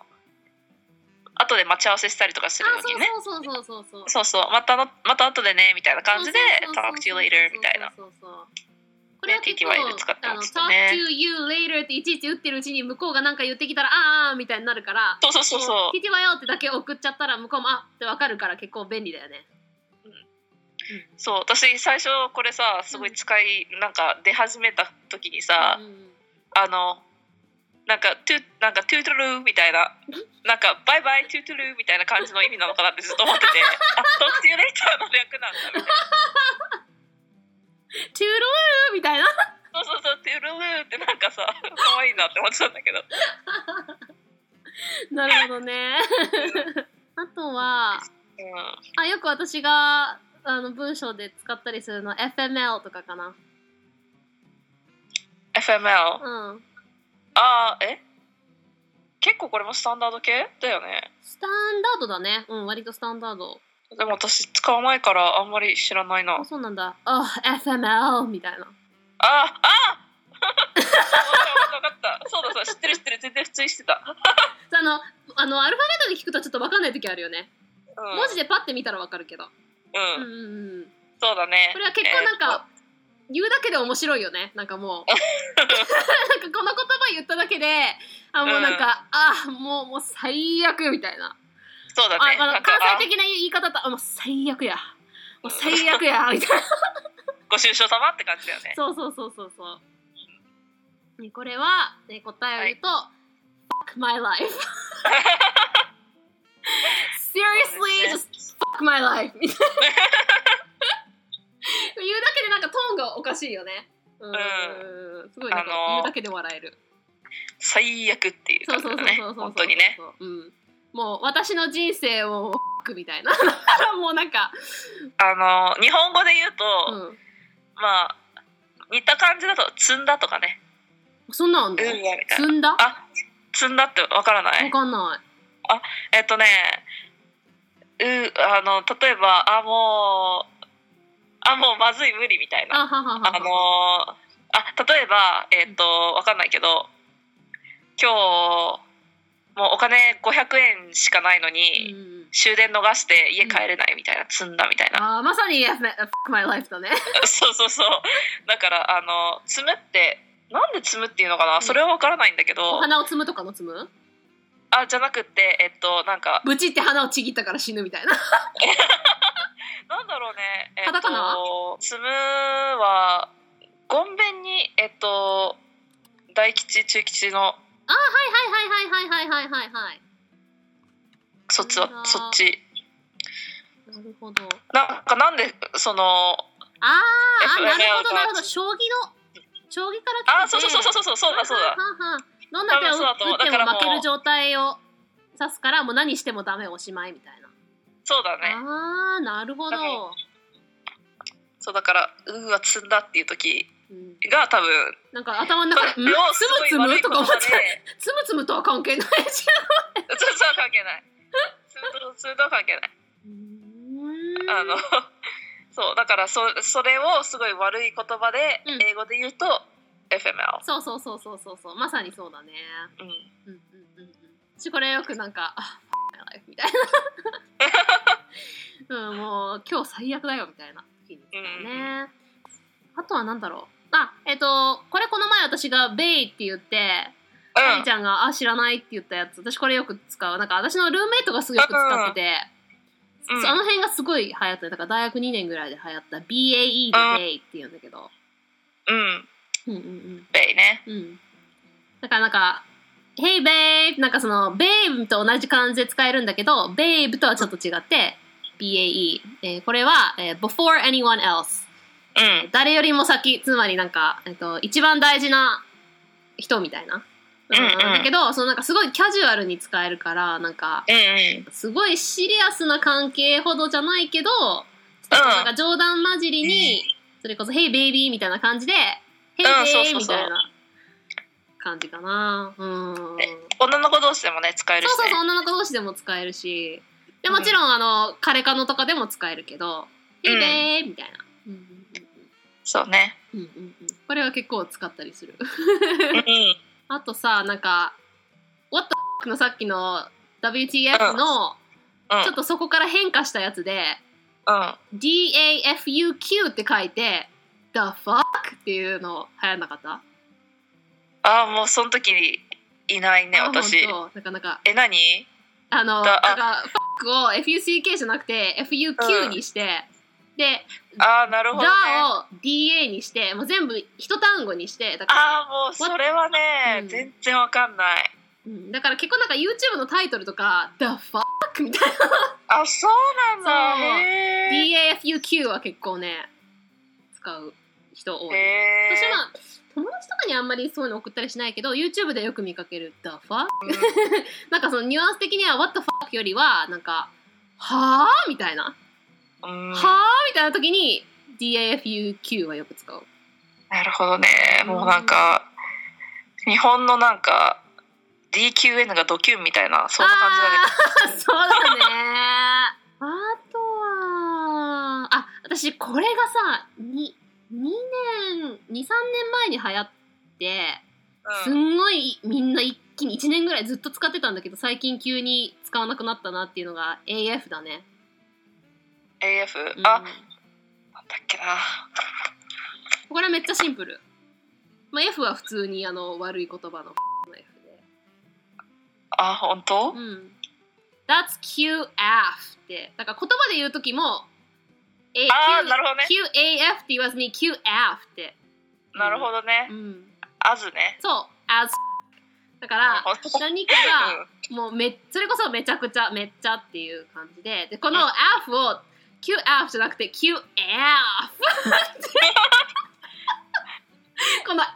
Speaker 2: 後で待ち合わせしたりとかするのにね
Speaker 1: あ、そうそうそうそうそうそう。
Speaker 2: そうそうまたのまた後でねみたいな感じで
Speaker 1: そ
Speaker 2: 「
Speaker 1: うそうそう
Speaker 2: talk to you later」みたいな。
Speaker 1: そうそうそうこれは結構、
Speaker 2: TTY で使って
Speaker 1: あの
Speaker 2: ま
Speaker 1: talk
Speaker 2: したね
Speaker 1: to you later っていちいち打ってるうちに向こうがなんか言ってきたらあーあーみたいになるから。
Speaker 2: そうそうそうそう
Speaker 1: TTY ってだけ送っちゃったら向こうもあってわかるから結構便利だよね。
Speaker 2: そう私最初これさすごい使い、なんか出始めた時にさ、
Speaker 1: うんうん
Speaker 2: あのなんかトゥなんかトゥートゥルーみたいななんかバイバイトゥートゥルーみたいな感じの意味なのかなってずっと
Speaker 1: (laughs)
Speaker 2: 思ってて「あ talk to you later」の略なんだみたいな
Speaker 1: トゥルーみたいな。
Speaker 2: そうそうそうトゥールーってなんかさ可愛いなって思ってたんだけど
Speaker 1: なるほどね。あとは、あ、よく私があの文章で使ったりするのは FML とかかな。
Speaker 2: FML
Speaker 1: うん。
Speaker 2: あーえ結構これもスタンダード系だよね
Speaker 1: スタンダードだね。うん、割とスタンダード。
Speaker 2: でも私使わないからあんまり知らないな
Speaker 1: あ、そうなんだ。あ、FML みたいな。
Speaker 2: (laughs) ああ分かったそうだそうだ知ってる知ってる全然普通にしてた、
Speaker 1: あの、あの、アルファベットで聞くとちょっとわかんない時あるよね。
Speaker 2: うん、
Speaker 1: 文字でパッて見たらわかるけど。
Speaker 2: う
Speaker 1: うん
Speaker 2: ん、
Speaker 1: うんうん。
Speaker 2: そうだね
Speaker 1: これは結構なんか、言うだけで面白いよねなんかもう (laughs) なんかこの言葉言っただけであもうなんか、あもうもう最悪みたいな
Speaker 2: えー (laughs) そうだ
Speaker 1: あ
Speaker 2: ね
Speaker 1: あ
Speaker 2: な
Speaker 1: の
Speaker 2: んか
Speaker 1: 関西的な言い方だとあもう最悪やもう最悪やみたいな
Speaker 2: あご愁傷様って感じだよね
Speaker 1: そうそうそうそうそう、ね、これは、ね、答えを言うと「fuck my life 」Seriously, just
Speaker 2: そうです
Speaker 1: fuck my life みたいな言うだけでなんかトーンがおかしいよねうん、すごいなんか
Speaker 2: あのー
Speaker 1: 言うだけで笑える、
Speaker 2: 最悪っていう
Speaker 1: そうそうそうそう
Speaker 2: 感じだね
Speaker 1: そうそう
Speaker 2: 本当にね、
Speaker 1: うん、もう私の人生を fuck みたいな (laughs) もうなんか、
Speaker 2: あの日本語で言う
Speaker 1: う
Speaker 2: と、
Speaker 1: ん、
Speaker 2: まあ似た感じだと「積んだ」とかね
Speaker 1: そんなんあん
Speaker 2: 「
Speaker 1: の
Speaker 2: うんや」みたいな
Speaker 1: 積んだわ
Speaker 2: あ積んだってわからない
Speaker 1: かんない
Speaker 2: えっとねうあの例えばあもうあもうまずい無理みたいな
Speaker 1: あははは
Speaker 2: あのあ例えばえっとわかんないけど今日もうお金500円しかないの
Speaker 1: う
Speaker 2: に、
Speaker 1: んうん
Speaker 2: 終電逃して家帰れないみたいな、積んだみたいな、
Speaker 1: あーまさに F F my life だね
Speaker 2: (laughs) そうそうそうだからあの積むってなんで積むっていうのかなそれはわからないんだけど、
Speaker 1: お花を摘むとかの摘む
Speaker 2: あじゃなくてえっとなんか
Speaker 1: ブチって花をちぎったから死ぬみたいな
Speaker 2: なんだろうね、えっ
Speaker 1: 裸な
Speaker 2: と、つむは、ごんべんに、えっと、大吉、中吉の、
Speaker 1: はいはいはいはいはいはいはいはい
Speaker 2: そっち
Speaker 1: う
Speaker 2: は
Speaker 1: ん、
Speaker 2: そっち。
Speaker 1: なるほど
Speaker 2: なんか、なんで、その、
Speaker 1: あーあ
Speaker 2: FML
Speaker 1: なるほど
Speaker 2: が
Speaker 1: なるほど将棋の将棋から
Speaker 2: あ、そうそうそうそうそう、そうだそうだ。
Speaker 1: はんはんどんな手を
Speaker 2: 多分そうだと思う
Speaker 1: 打って
Speaker 2: だか
Speaker 1: も
Speaker 2: らもう
Speaker 1: 負ける状態を指すからもう何してもダメおしまいみたいな、
Speaker 2: そうだね。
Speaker 1: ああなるほど、
Speaker 2: だかそうだから、うーわ、積んだっていう時
Speaker 1: うん、
Speaker 2: が、多分、
Speaker 1: なんか頭の中で「
Speaker 2: そ
Speaker 1: ん
Speaker 2: れを
Speaker 1: つ
Speaker 2: すご
Speaker 1: む
Speaker 2: い
Speaker 1: つむとか
Speaker 2: 悪」い言葉
Speaker 1: 思っ
Speaker 2: で、
Speaker 1: ちゃう「つむつむ」とは関係ないじ
Speaker 2: (laughs) そうそう、関係ない。積んだ、積んだは関係ない。
Speaker 1: ゃんうーん
Speaker 2: あの、 (laughs) そう、だから、そ、それを、すごい悪い言葉で
Speaker 1: う、ん
Speaker 2: 英語で言うと、FML。
Speaker 1: そうそうそうそうそうそうまさにそうだね
Speaker 2: うん。
Speaker 1: うんうんうんうん私これよくなんか「あみたい (laughs) な、うん、もう今日最悪だよみたいな日に使うね、あとは何だろうあえっ、とこれこの前私が「ベイ」って言って
Speaker 2: う
Speaker 1: 愛
Speaker 2: ん
Speaker 1: ち。ゃんが「あ知らない」って言ったやつ私これよく使うなんか私のルームメイトがすごいよく使ってて、
Speaker 2: うんうん
Speaker 1: そあの辺がすごい流行ってただから大学2年ぐらいで流行った BAE
Speaker 2: う
Speaker 1: の
Speaker 2: ん
Speaker 1: ベイっていうんだけど
Speaker 2: うん。
Speaker 1: うんうんうん
Speaker 2: ベイね。
Speaker 1: うん。だからなんか、Hey babe! なんかその、babe と同じ感じで使えるんだけど、babe とはちょっと違って、BAE。えーこれは、えー before anyone else。
Speaker 2: うん。
Speaker 1: 誰よりも先、つまりなんか、えっと、一番大事な人みたいな。
Speaker 2: うんうん
Speaker 1: だけど、そのなんかすごいキャジュアルに使えるから、なんか、
Speaker 2: うんうん。
Speaker 1: すごいシリアスな関係ほどじゃないけど、ちょっとなんか冗談交じりに、それこそ「Hey baby」みたいな感じで「Hey
Speaker 2: うんそう
Speaker 1: baby」
Speaker 2: そう
Speaker 1: み
Speaker 2: そう
Speaker 1: たいな感じかな。うん。そう
Speaker 2: ね女の子同士でもね、使えるし
Speaker 1: そう
Speaker 2: ね
Speaker 1: そう。女の子同士でも使えるし、でもちろんあの彼カノとかでも使えるけど「
Speaker 2: うん
Speaker 1: Hey baby」みたいな。うん
Speaker 2: そうね。
Speaker 1: うんうんうんうんうんこれは結構使ったりする。 (laughs)
Speaker 2: うん。
Speaker 1: あとさなんか「What the f のさっきの WTF の、
Speaker 2: うん。
Speaker 1: ちょっとそこから変化したやつで。
Speaker 2: うん。
Speaker 1: DAFUQ って書いて The fuck っていうの流行んなかった
Speaker 2: ああ、もうその時にいないね、
Speaker 1: あ
Speaker 2: 私。
Speaker 1: ほんとなんかなんか
Speaker 2: え、何
Speaker 1: あの
Speaker 2: だ
Speaker 1: な
Speaker 2: あ
Speaker 1: んか fuck を FUCK じゃなくて FUQ にして、で
Speaker 2: ああ、なる
Speaker 1: The を
Speaker 2: ほどね。
Speaker 1: DA にしてもう全部一単語にしてだから
Speaker 2: ああ、もうそれはね
Speaker 1: う、ん
Speaker 2: 全然わかんない。
Speaker 1: うん、だから結構なんか YouTube のタイトルとか The fuck みたい
Speaker 2: あ、そうな
Speaker 1: そ
Speaker 2: ん
Speaker 1: う
Speaker 2: だ。
Speaker 1: な
Speaker 2: へえ。
Speaker 1: DAFUQ は結構ね使う人多い
Speaker 2: へえ
Speaker 1: 私は友達とかにあんまりそういうの送ったりしないけど YouTube でよく見かける「The fuck?」
Speaker 2: うん
Speaker 1: (laughs) なんかそのニュアンス的には「What the fuck?」よりはなんか「はあ?」みたいな
Speaker 2: うん
Speaker 1: 「はあ?」みたいな時に DAFUQ はよく使う。
Speaker 2: なるほどねもうなんか、日本のなんか DQN がドキュンみたいなそんな感じだね
Speaker 1: あーそうだねあとはあ私これがさに2年23年前に流行ってす
Speaker 2: うん
Speaker 1: んごいみんな一気に1年ぐらいずっと使ってたんだけど最近急に使わなくなったなっていうのが AF だね、
Speaker 2: AF、
Speaker 1: うん
Speaker 2: あなんだっけな
Speaker 1: これめっちゃシンプル、まあ、F は普通にあの悪い言葉のの F で
Speaker 2: あ本当、
Speaker 1: うん。That's QF って。だから言葉で言うときも、A
Speaker 2: あー
Speaker 1: Q
Speaker 2: なるほどね
Speaker 1: QAF って言わずに QF って。
Speaker 2: なるほどね、
Speaker 1: うん。
Speaker 2: アズね
Speaker 1: そう、as だから
Speaker 2: なるほ、ど
Speaker 1: 何かが、もうめ、それこそめちゃくちゃ、めっちゃっていう感じで、で、この F を QF じゃなくて QF (laughs) この「え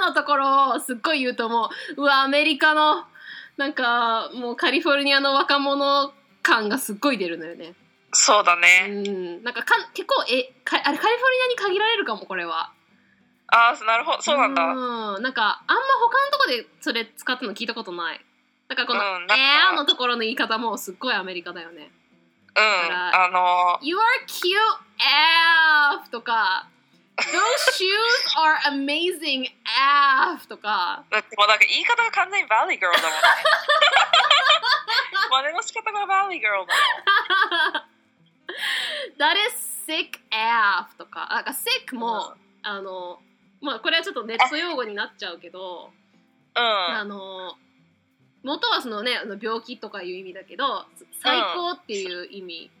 Speaker 1: ー」のところをすっごい言うともううわアメリカのなんかもうカリフォルニアの若者感がすっごい出るのよね。
Speaker 2: そうだ
Speaker 1: う
Speaker 2: ね、
Speaker 1: ん、なんかかん結構えかあれカリフォルニアに限られるかもこれは。
Speaker 2: ああなるほどそうなんだ、
Speaker 1: うん、なんかあんま他のとこでそれ使ったの聞いたことない。だからこの
Speaker 2: うん
Speaker 1: 「
Speaker 2: なんか
Speaker 1: えー」のところの言い方もすっごいアメリカだよね。
Speaker 2: うん、
Speaker 1: ら
Speaker 2: あの
Speaker 1: You are cute F とか
Speaker 2: (laughs)
Speaker 1: Those shoes are amazing F とか。 (laughs)
Speaker 2: だってもうなんか言い方が完全にバリーガールだもんね真似の仕方がバリーガールだ
Speaker 1: That is sick AF とか、なんか sick も、
Speaker 2: う
Speaker 1: あの、まあこれはちょっとネット用語になっちゃうけど、
Speaker 2: もん
Speaker 1: あの、元はそのね、あの病気とかいう意味だけど、最高っていう意味。
Speaker 2: うん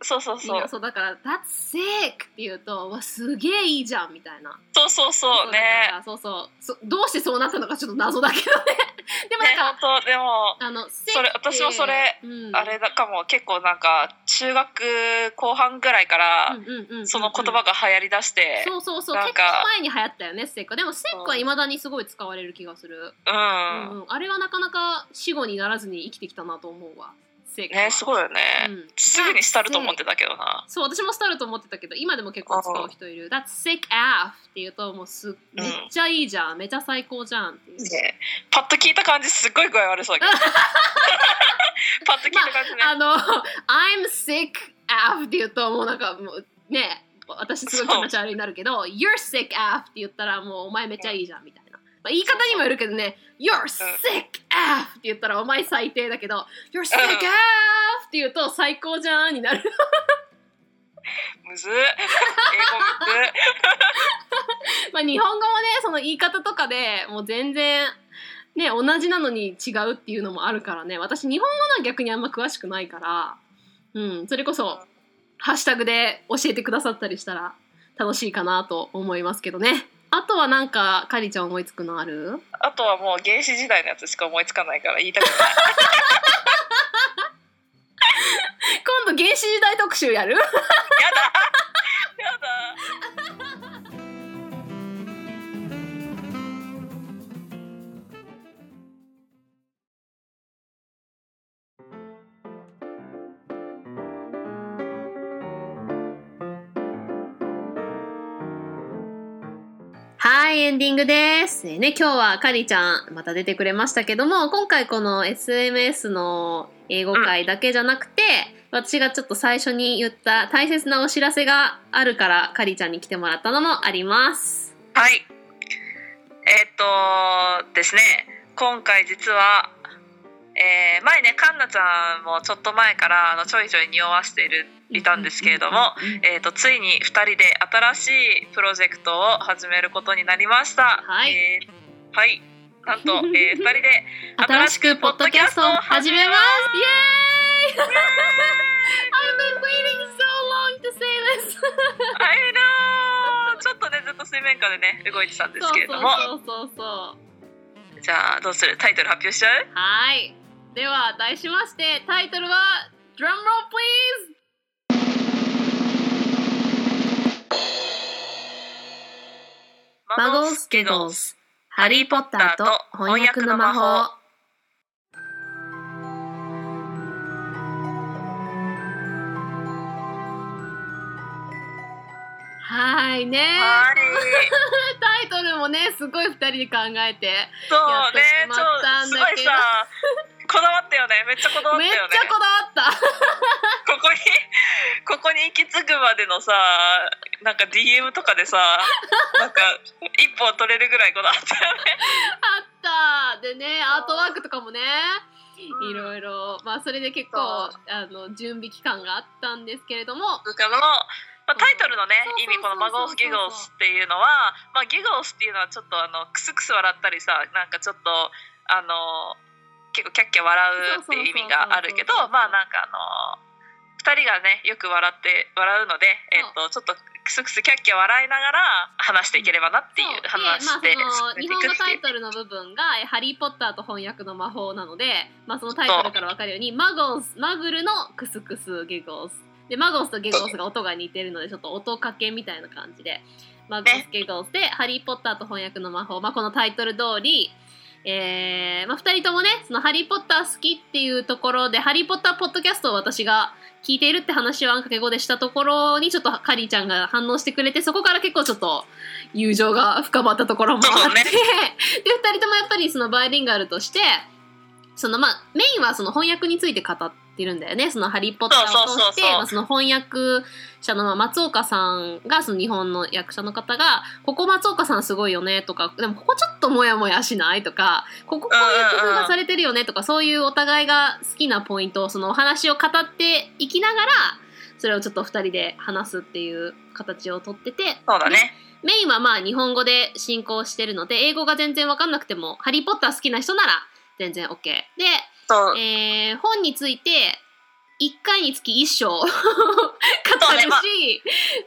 Speaker 2: そうそう
Speaker 1: そ
Speaker 2: そうう
Speaker 1: そうだから、That's sick って言うと、うわ、すげえいいじゃんみたいな。
Speaker 2: そうそうそう
Speaker 1: だか
Speaker 2: ね
Speaker 1: ら。そうそうそどうしてそうなったのかちょっと謎だけどね。 (laughs) でも
Speaker 2: ね
Speaker 1: なんか、
Speaker 2: 本当でも
Speaker 1: あの、sick
Speaker 2: それ私もそれ
Speaker 1: って、うん
Speaker 2: あれだかも結構なんか中学後半ぐらいから
Speaker 1: うんうんうんうん
Speaker 2: その言葉が流行りだして
Speaker 1: そうそうそう
Speaker 2: な
Speaker 1: 結
Speaker 2: ん
Speaker 1: 構
Speaker 2: か
Speaker 1: 前に流行ったよねセックでもセックはいまだにすごい使われる気がする、う
Speaker 2: う
Speaker 1: ん
Speaker 2: ん
Speaker 1: うんあれはなかなか死後にならずに生きてきたなと思うわセックは
Speaker 2: ねすごい
Speaker 1: う
Speaker 2: よね
Speaker 1: ん
Speaker 2: すぐに廃ると思ってたけどな
Speaker 1: そう私も廃ると思ってたけど今でも結構使う人いる「That's sick af」って言うともうすめっちゃいいじゃん、めちゃ最高じゃんっていう、
Speaker 2: ねパッと聞いた感じすっごい具合悪そうだけどパッと聞いた感じね
Speaker 1: あの「I'm sick af」って言うともうなんかもうね私すごい気持ち悪いになるけど「You're sick af」って言ったらもうお前めっちゃいいじゃんみたいな、まあ、言い方にもよるけどね「You're sick af」って言ったらお前最低だけど「You're sick af」って言うと最高じゃんになる
Speaker 2: むずっ英語むずっ
Speaker 1: まあ日本語もねその言い方とかでもう全然ね同じなのに違うっていうのもあるからね私日本語の逆にあんま詳しくないからうんそれこそ、ハッシュタグで教えてくださったりしたら楽しいかなと思いますけどね。あとはなんか、かりちゃん思いつくのある
Speaker 2: あとはもう原始時代のやつしか思いつかないから言いたくない
Speaker 1: 今度原始時代特集やる
Speaker 2: やだやだ
Speaker 1: はい、エンディングです。ね、今日はかりちゃんまた出てくれましたけども、今回この SMS の英語会だけじゃなくて、私がちょっと最初に言った大切なお知らせがあるから、かりちゃんに来てもらったのもあります。
Speaker 2: はい。えーっとですね、今回実は、えー前ね、カンナちゃんもちょっと前からあのちょいちょい匂わしているいたんですけれども、えーっとついに2人で新しいプロジェクトを始めることになりました。
Speaker 1: はい
Speaker 2: えーはい。なん
Speaker 1: (laughs)
Speaker 2: と、えー、2人で
Speaker 1: 新しくポッドキャストを始めますイエーイ I've been waiting so long to say this!
Speaker 2: す。I know! ちょっとね、ずっと水面下でね、動いてたんですけれども、
Speaker 1: そうそうそうそうそう。
Speaker 2: じゃあどうするタイトル発表しちゃう
Speaker 1: はい。では、題しまして、タイトルは、Drum roll please!
Speaker 2: マバ
Speaker 3: バ
Speaker 2: ゴ
Speaker 3: ゴ
Speaker 2: ー
Speaker 3: ー
Speaker 2: ス
Speaker 3: ス
Speaker 2: ケ
Speaker 3: ケ
Speaker 2: ゴ
Speaker 3: ゴ
Speaker 2: ー
Speaker 3: ー
Speaker 2: ス
Speaker 3: スハリー・ポッターと翻訳の魔法
Speaker 1: はいね
Speaker 2: はい
Speaker 1: タイトルもねすごい二人で考えて
Speaker 2: そうね
Speaker 1: やって
Speaker 2: ち
Speaker 1: し
Speaker 2: ょ
Speaker 1: まった
Speaker 2: っと
Speaker 1: ん
Speaker 2: す
Speaker 1: だけど
Speaker 2: ごいさこだわったよねめっちゃこだわった
Speaker 1: めっち
Speaker 2: よね
Speaker 1: ゃこだわった
Speaker 2: ここに (laughs) ここに行き着くまでのさなんか DM とか
Speaker 1: (laughs)
Speaker 2: でさなんか一本取れるぐらいこだわったよね
Speaker 1: あったでねアートワークとかもねい
Speaker 2: い
Speaker 1: ろいろまあそれで結構
Speaker 2: そ
Speaker 1: あの準備期間があったんですけれども
Speaker 2: の、まあ、タイトルのね
Speaker 1: そうそうそうそう
Speaker 2: 意味この「マゴーギゴース」っていうのは、まあ、ギゴースっていうのはちょっとあのクスクス笑ったりさなんかちょっとあの結構キャッキャ笑うっていう意味があるけど
Speaker 1: そうそうそうそうそう
Speaker 2: まあなんかあの2人がねよく笑って笑うので、えっと、ちょっとクスクスキャッキャ笑いながら話していければなってい
Speaker 1: そううで
Speaker 2: 話で進
Speaker 1: まあ、その
Speaker 2: めて
Speaker 1: 日
Speaker 2: い
Speaker 1: 本語
Speaker 2: くって
Speaker 1: タ
Speaker 2: いう
Speaker 1: イ。トルの部分が「えハリー・ポッターと翻訳の魔法」なので、まあ、そのタイトルから分かるようにマゴーズマグルのクスクスギゴーズでマゴーズとギゴーズが音が似てるのでちょっと音かけみたいな感じでマゴーズギゴーズで「ハリー・ポッターと翻訳の魔法」まあ、このタイトル通りえーまあ、2人ともね「そのハリー・ポッター好き」っていうところで「ハリー・ポッター」ポッドキャストを私が聞いているって話をあんかけ語でしたところにちょっとカリーちゃんが反応してくれてそこから結構ちょっと友情が深まったところもあ
Speaker 2: そ
Speaker 1: っ
Speaker 2: う
Speaker 1: て、
Speaker 2: ね
Speaker 1: (laughs) で2人ともやっぱりそのバイリンガルとしてそのまあメインはその翻訳について語ってるんだよねその「ハリー・ポッター」を
Speaker 2: そう
Speaker 1: 通
Speaker 2: そう
Speaker 1: し
Speaker 2: そ
Speaker 1: て
Speaker 2: うそう
Speaker 1: まあその翻訳者の松岡さんがその日本の役者の方が「ここ松岡さんすごいよね」とか「でもここちょっとモヤモヤしない」とか「こここういう工夫がされてるよね」とかそういうお互いが好きなポイントをそのお話を語っていきながらそれをちょっと2人で話すっていう形をとってて
Speaker 2: そうだね。
Speaker 1: メインはまあ日本語で進行してるので英語が全然わかんなくても「ハリー・ポッター」好きな人なら全然 OK で、
Speaker 2: そう
Speaker 1: えー本について1回につき1章 (laughs) 語るし、
Speaker 2: そうねま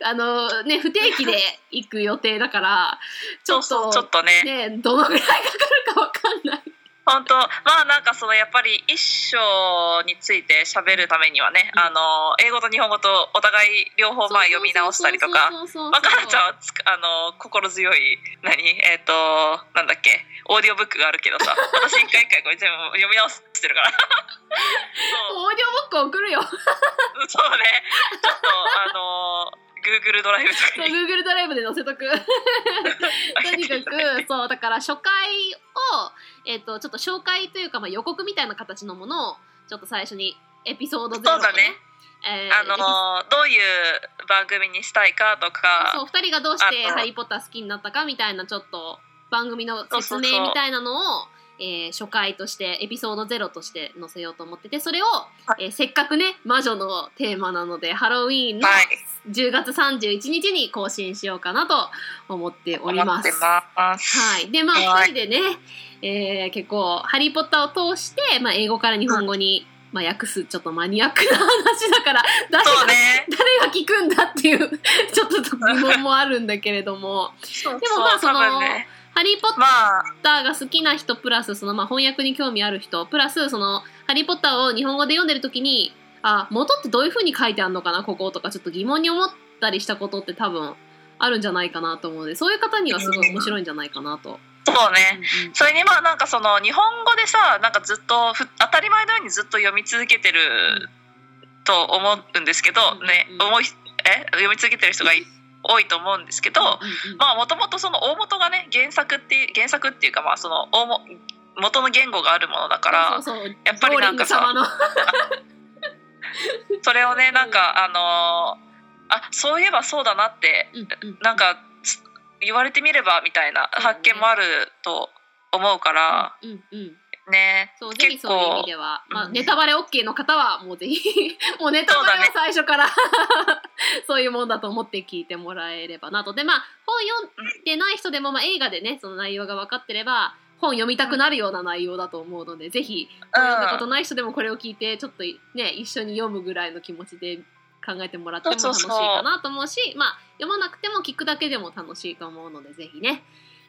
Speaker 2: あ
Speaker 1: あのね不定期で行く予定だからち
Speaker 2: (laughs) そ
Speaker 1: ょ
Speaker 2: う
Speaker 1: っ
Speaker 2: そ
Speaker 1: と
Speaker 2: うちょっとね
Speaker 1: ねどのぐらいかかるかわかんない。
Speaker 2: 本当まあなんかそのやっぱり一章について喋るためにはね、
Speaker 1: うん
Speaker 2: あの英語と日本語とお互い両方まあ読み直したりと
Speaker 1: そ
Speaker 2: か。
Speaker 1: うそうそうそうそう。
Speaker 2: まあ、かなちゃんはつくあの心強い何えっ、となんだっけオーディオブックがあるけど
Speaker 1: (laughs)
Speaker 2: さ私一回一回これ全部読み直してるからそ
Speaker 1: オーディオブック送るよ。
Speaker 2: うそうねちょっとあの Google ドライブと
Speaker 1: そう
Speaker 2: かに
Speaker 1: Google ドライブで載せとく。とにかくそうだから初回を、えっとちょっと紹介というか、まあ、予告みたいな形のものをちょっと最初にエピソードゼロの
Speaker 2: そうだね
Speaker 1: えー
Speaker 2: あのどういう番組にしたいかとか
Speaker 1: そう2人がどうして
Speaker 2: あ
Speaker 1: 「
Speaker 2: と
Speaker 1: ハリー・ポッター」好きになったかみたいなちょっと番組の説
Speaker 2: そうそうそう
Speaker 1: 明みたいなのをえー初回としてエピソードゼロとして載せようと思っててそれを、えーせっかくね魔女のテーマなのでハロウィーンの
Speaker 2: はい
Speaker 1: 10月31日に更新しようかなと思っており
Speaker 2: 思
Speaker 1: ま
Speaker 2: っ
Speaker 1: す。
Speaker 2: てます。
Speaker 1: はい、でまあ
Speaker 2: は
Speaker 1: 2
Speaker 2: い
Speaker 1: 人でね、えー結構「ハリー・ポッター」を通して、まあ、英語から日本語に、まあ、訳すちょっとマニアックな話だから誰が
Speaker 2: そうね。
Speaker 1: 誰が聞くんだっていう
Speaker 2: (laughs)
Speaker 1: ちょっと疑問もあるんだけれどもでもまあ
Speaker 2: そう
Speaker 1: その
Speaker 2: 多分ね、
Speaker 1: 「ハリー・ポッ
Speaker 2: まあ
Speaker 1: ハリーポッターが好きな人プラスその、まあ、翻訳に興味ある人プラスそのハリー・ポッターを日本語で読んでる時にあ元ってどういう風に書いてあるのかなこことかちょっと疑問に思ったりしたことって多分あるんじゃないかなと思うのでそういう方にはすごい面白いんじゃないかなと。
Speaker 2: そう
Speaker 1: う
Speaker 2: ね。
Speaker 1: んうん
Speaker 2: それにまあなんかその日本語でさなんかずっとふ当たり前のようにずっと読み続けてると思うんですけど
Speaker 1: うん
Speaker 2: ね
Speaker 1: うん
Speaker 2: 思いえ読み続けてる人がい多いと思うんですけど、
Speaker 1: うんうん
Speaker 2: まあもともとその大元がね原作っていう原作っていうかまあその大も元の言語があるものだから
Speaker 1: そうそうそう
Speaker 2: やっぱりなんかさ
Speaker 1: ローリング様の
Speaker 2: それをねなんかあのーあそういえばそうだなってなんかつ言われてみればみたいな
Speaker 1: そうね
Speaker 2: 発見もあると思うから
Speaker 1: うんうん
Speaker 2: ね
Speaker 1: そうぜひ
Speaker 2: 結
Speaker 1: そういう意
Speaker 2: 構
Speaker 1: 味では、まあ、
Speaker 2: うん
Speaker 1: ネタバレ OK の方はもうぜ
Speaker 2: (laughs)
Speaker 1: ひもうネタバレは
Speaker 2: そう
Speaker 1: 最初から (laughs) そういうもんだと思って聞いてもらえればなとでまあ本読んでない人でも、まあ、映画でねその内容が分かってれば本読みたくなるような内容だと思うのでぜひ
Speaker 2: うん
Speaker 1: 読んだことない人でもこれを聞いてちょっとね一緒に読むぐらいの気持ちで考えてもらっても
Speaker 2: そう
Speaker 1: 楽し
Speaker 2: そ
Speaker 1: いう
Speaker 2: そう
Speaker 1: かなと思うしまあ読まなくても聞くだけでも楽しいと思うのでぜひね、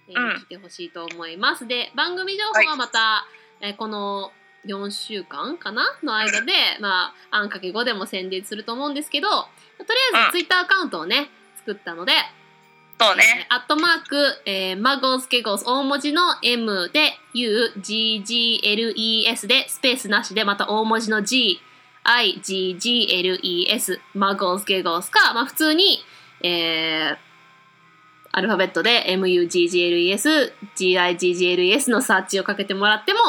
Speaker 1: えー
Speaker 2: うん
Speaker 1: 聞いてほしいと思います。で番組情報はまた、えーこの4週間かなの間で、まあ、あんかけ5でも宣伝すると思うんですけどとりあえ
Speaker 2: うん
Speaker 1: ずツイッターアカウントをね作ったので、
Speaker 2: そうね。
Speaker 1: アットマーク、えー、マゴスケゴス大文字の M で UGGLES でスペースなしでまた大文字の GIGGLES マゴスケゴスか、まあ、普通に、えー、アルファベットで MUGGLESGIGGLES のサーチをかけてもらっても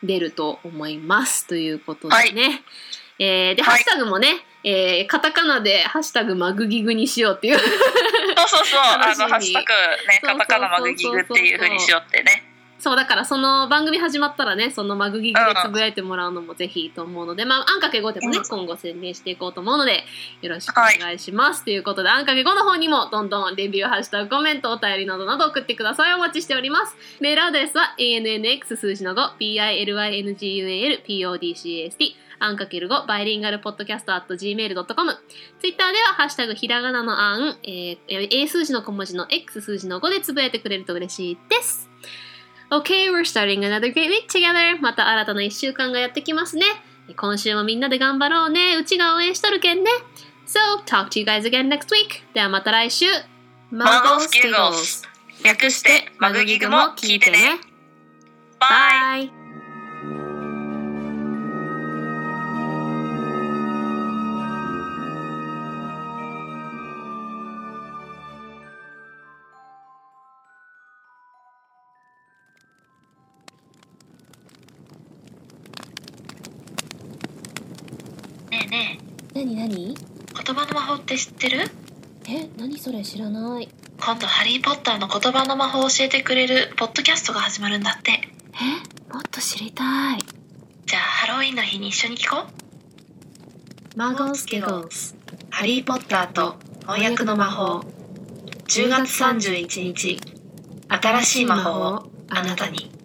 Speaker 1: 出ると思いますということですね。えーで、
Speaker 2: は
Speaker 1: ハッ
Speaker 2: い
Speaker 1: シュタグもね、えーカタカナでハッシュタグマグギグにしようっていう
Speaker 2: そうそうそう、あ
Speaker 1: 楽しみ
Speaker 2: の、ハッシュタグね、
Speaker 1: そうそうそうそう
Speaker 2: カタカナマグギグっていうふうにしようってね。
Speaker 1: そうだからその番組始まったらねそのマグギグでつぶやいてもらうのもぜひと思うので、まあ、あんかけ5でもね
Speaker 2: うん
Speaker 1: 今後宣伝していこうと思うのでよろしくお願いします、ということであんかけ5の方にもどんどんレビューハッシュタグコメントお便りなどなど送ってくださいお待ちしておりますメールアドレスは ANNX 数字の 5PILINGUALPODCAST あんかける5バイリンガルポッドキャスト at gmail.com ツイッターでは、ハッシュタグひらがなのあん、えー、A 数字の小文字の X 数字の5でつぶやいてくれると嬉しいです。Okay, we're starting another great week together. また新たな1週間がやってきますね。今週もみんなで頑張ろうね。うちが応援しとるけんね。So, talk to you guys again next week. ではまた来週。
Speaker 2: マゴスケゴス。略して、マグギグも聞いてね。。バイ。
Speaker 1: バイ。
Speaker 4: ねえね
Speaker 5: なになに
Speaker 4: え言葉の魔法って知ってる
Speaker 5: え何それ知らない
Speaker 4: 今度「ハリー・ポッター」の言葉の魔法を教えてくれるポッドキャストが始まるんだって
Speaker 5: えもっと知りたい
Speaker 4: じゃあハロウィンの日に一緒に聞こう
Speaker 5: マ
Speaker 4: ゴスケゴ「ハリー・ポッターと翻訳の魔法」10月31日新しい魔法をあなたに。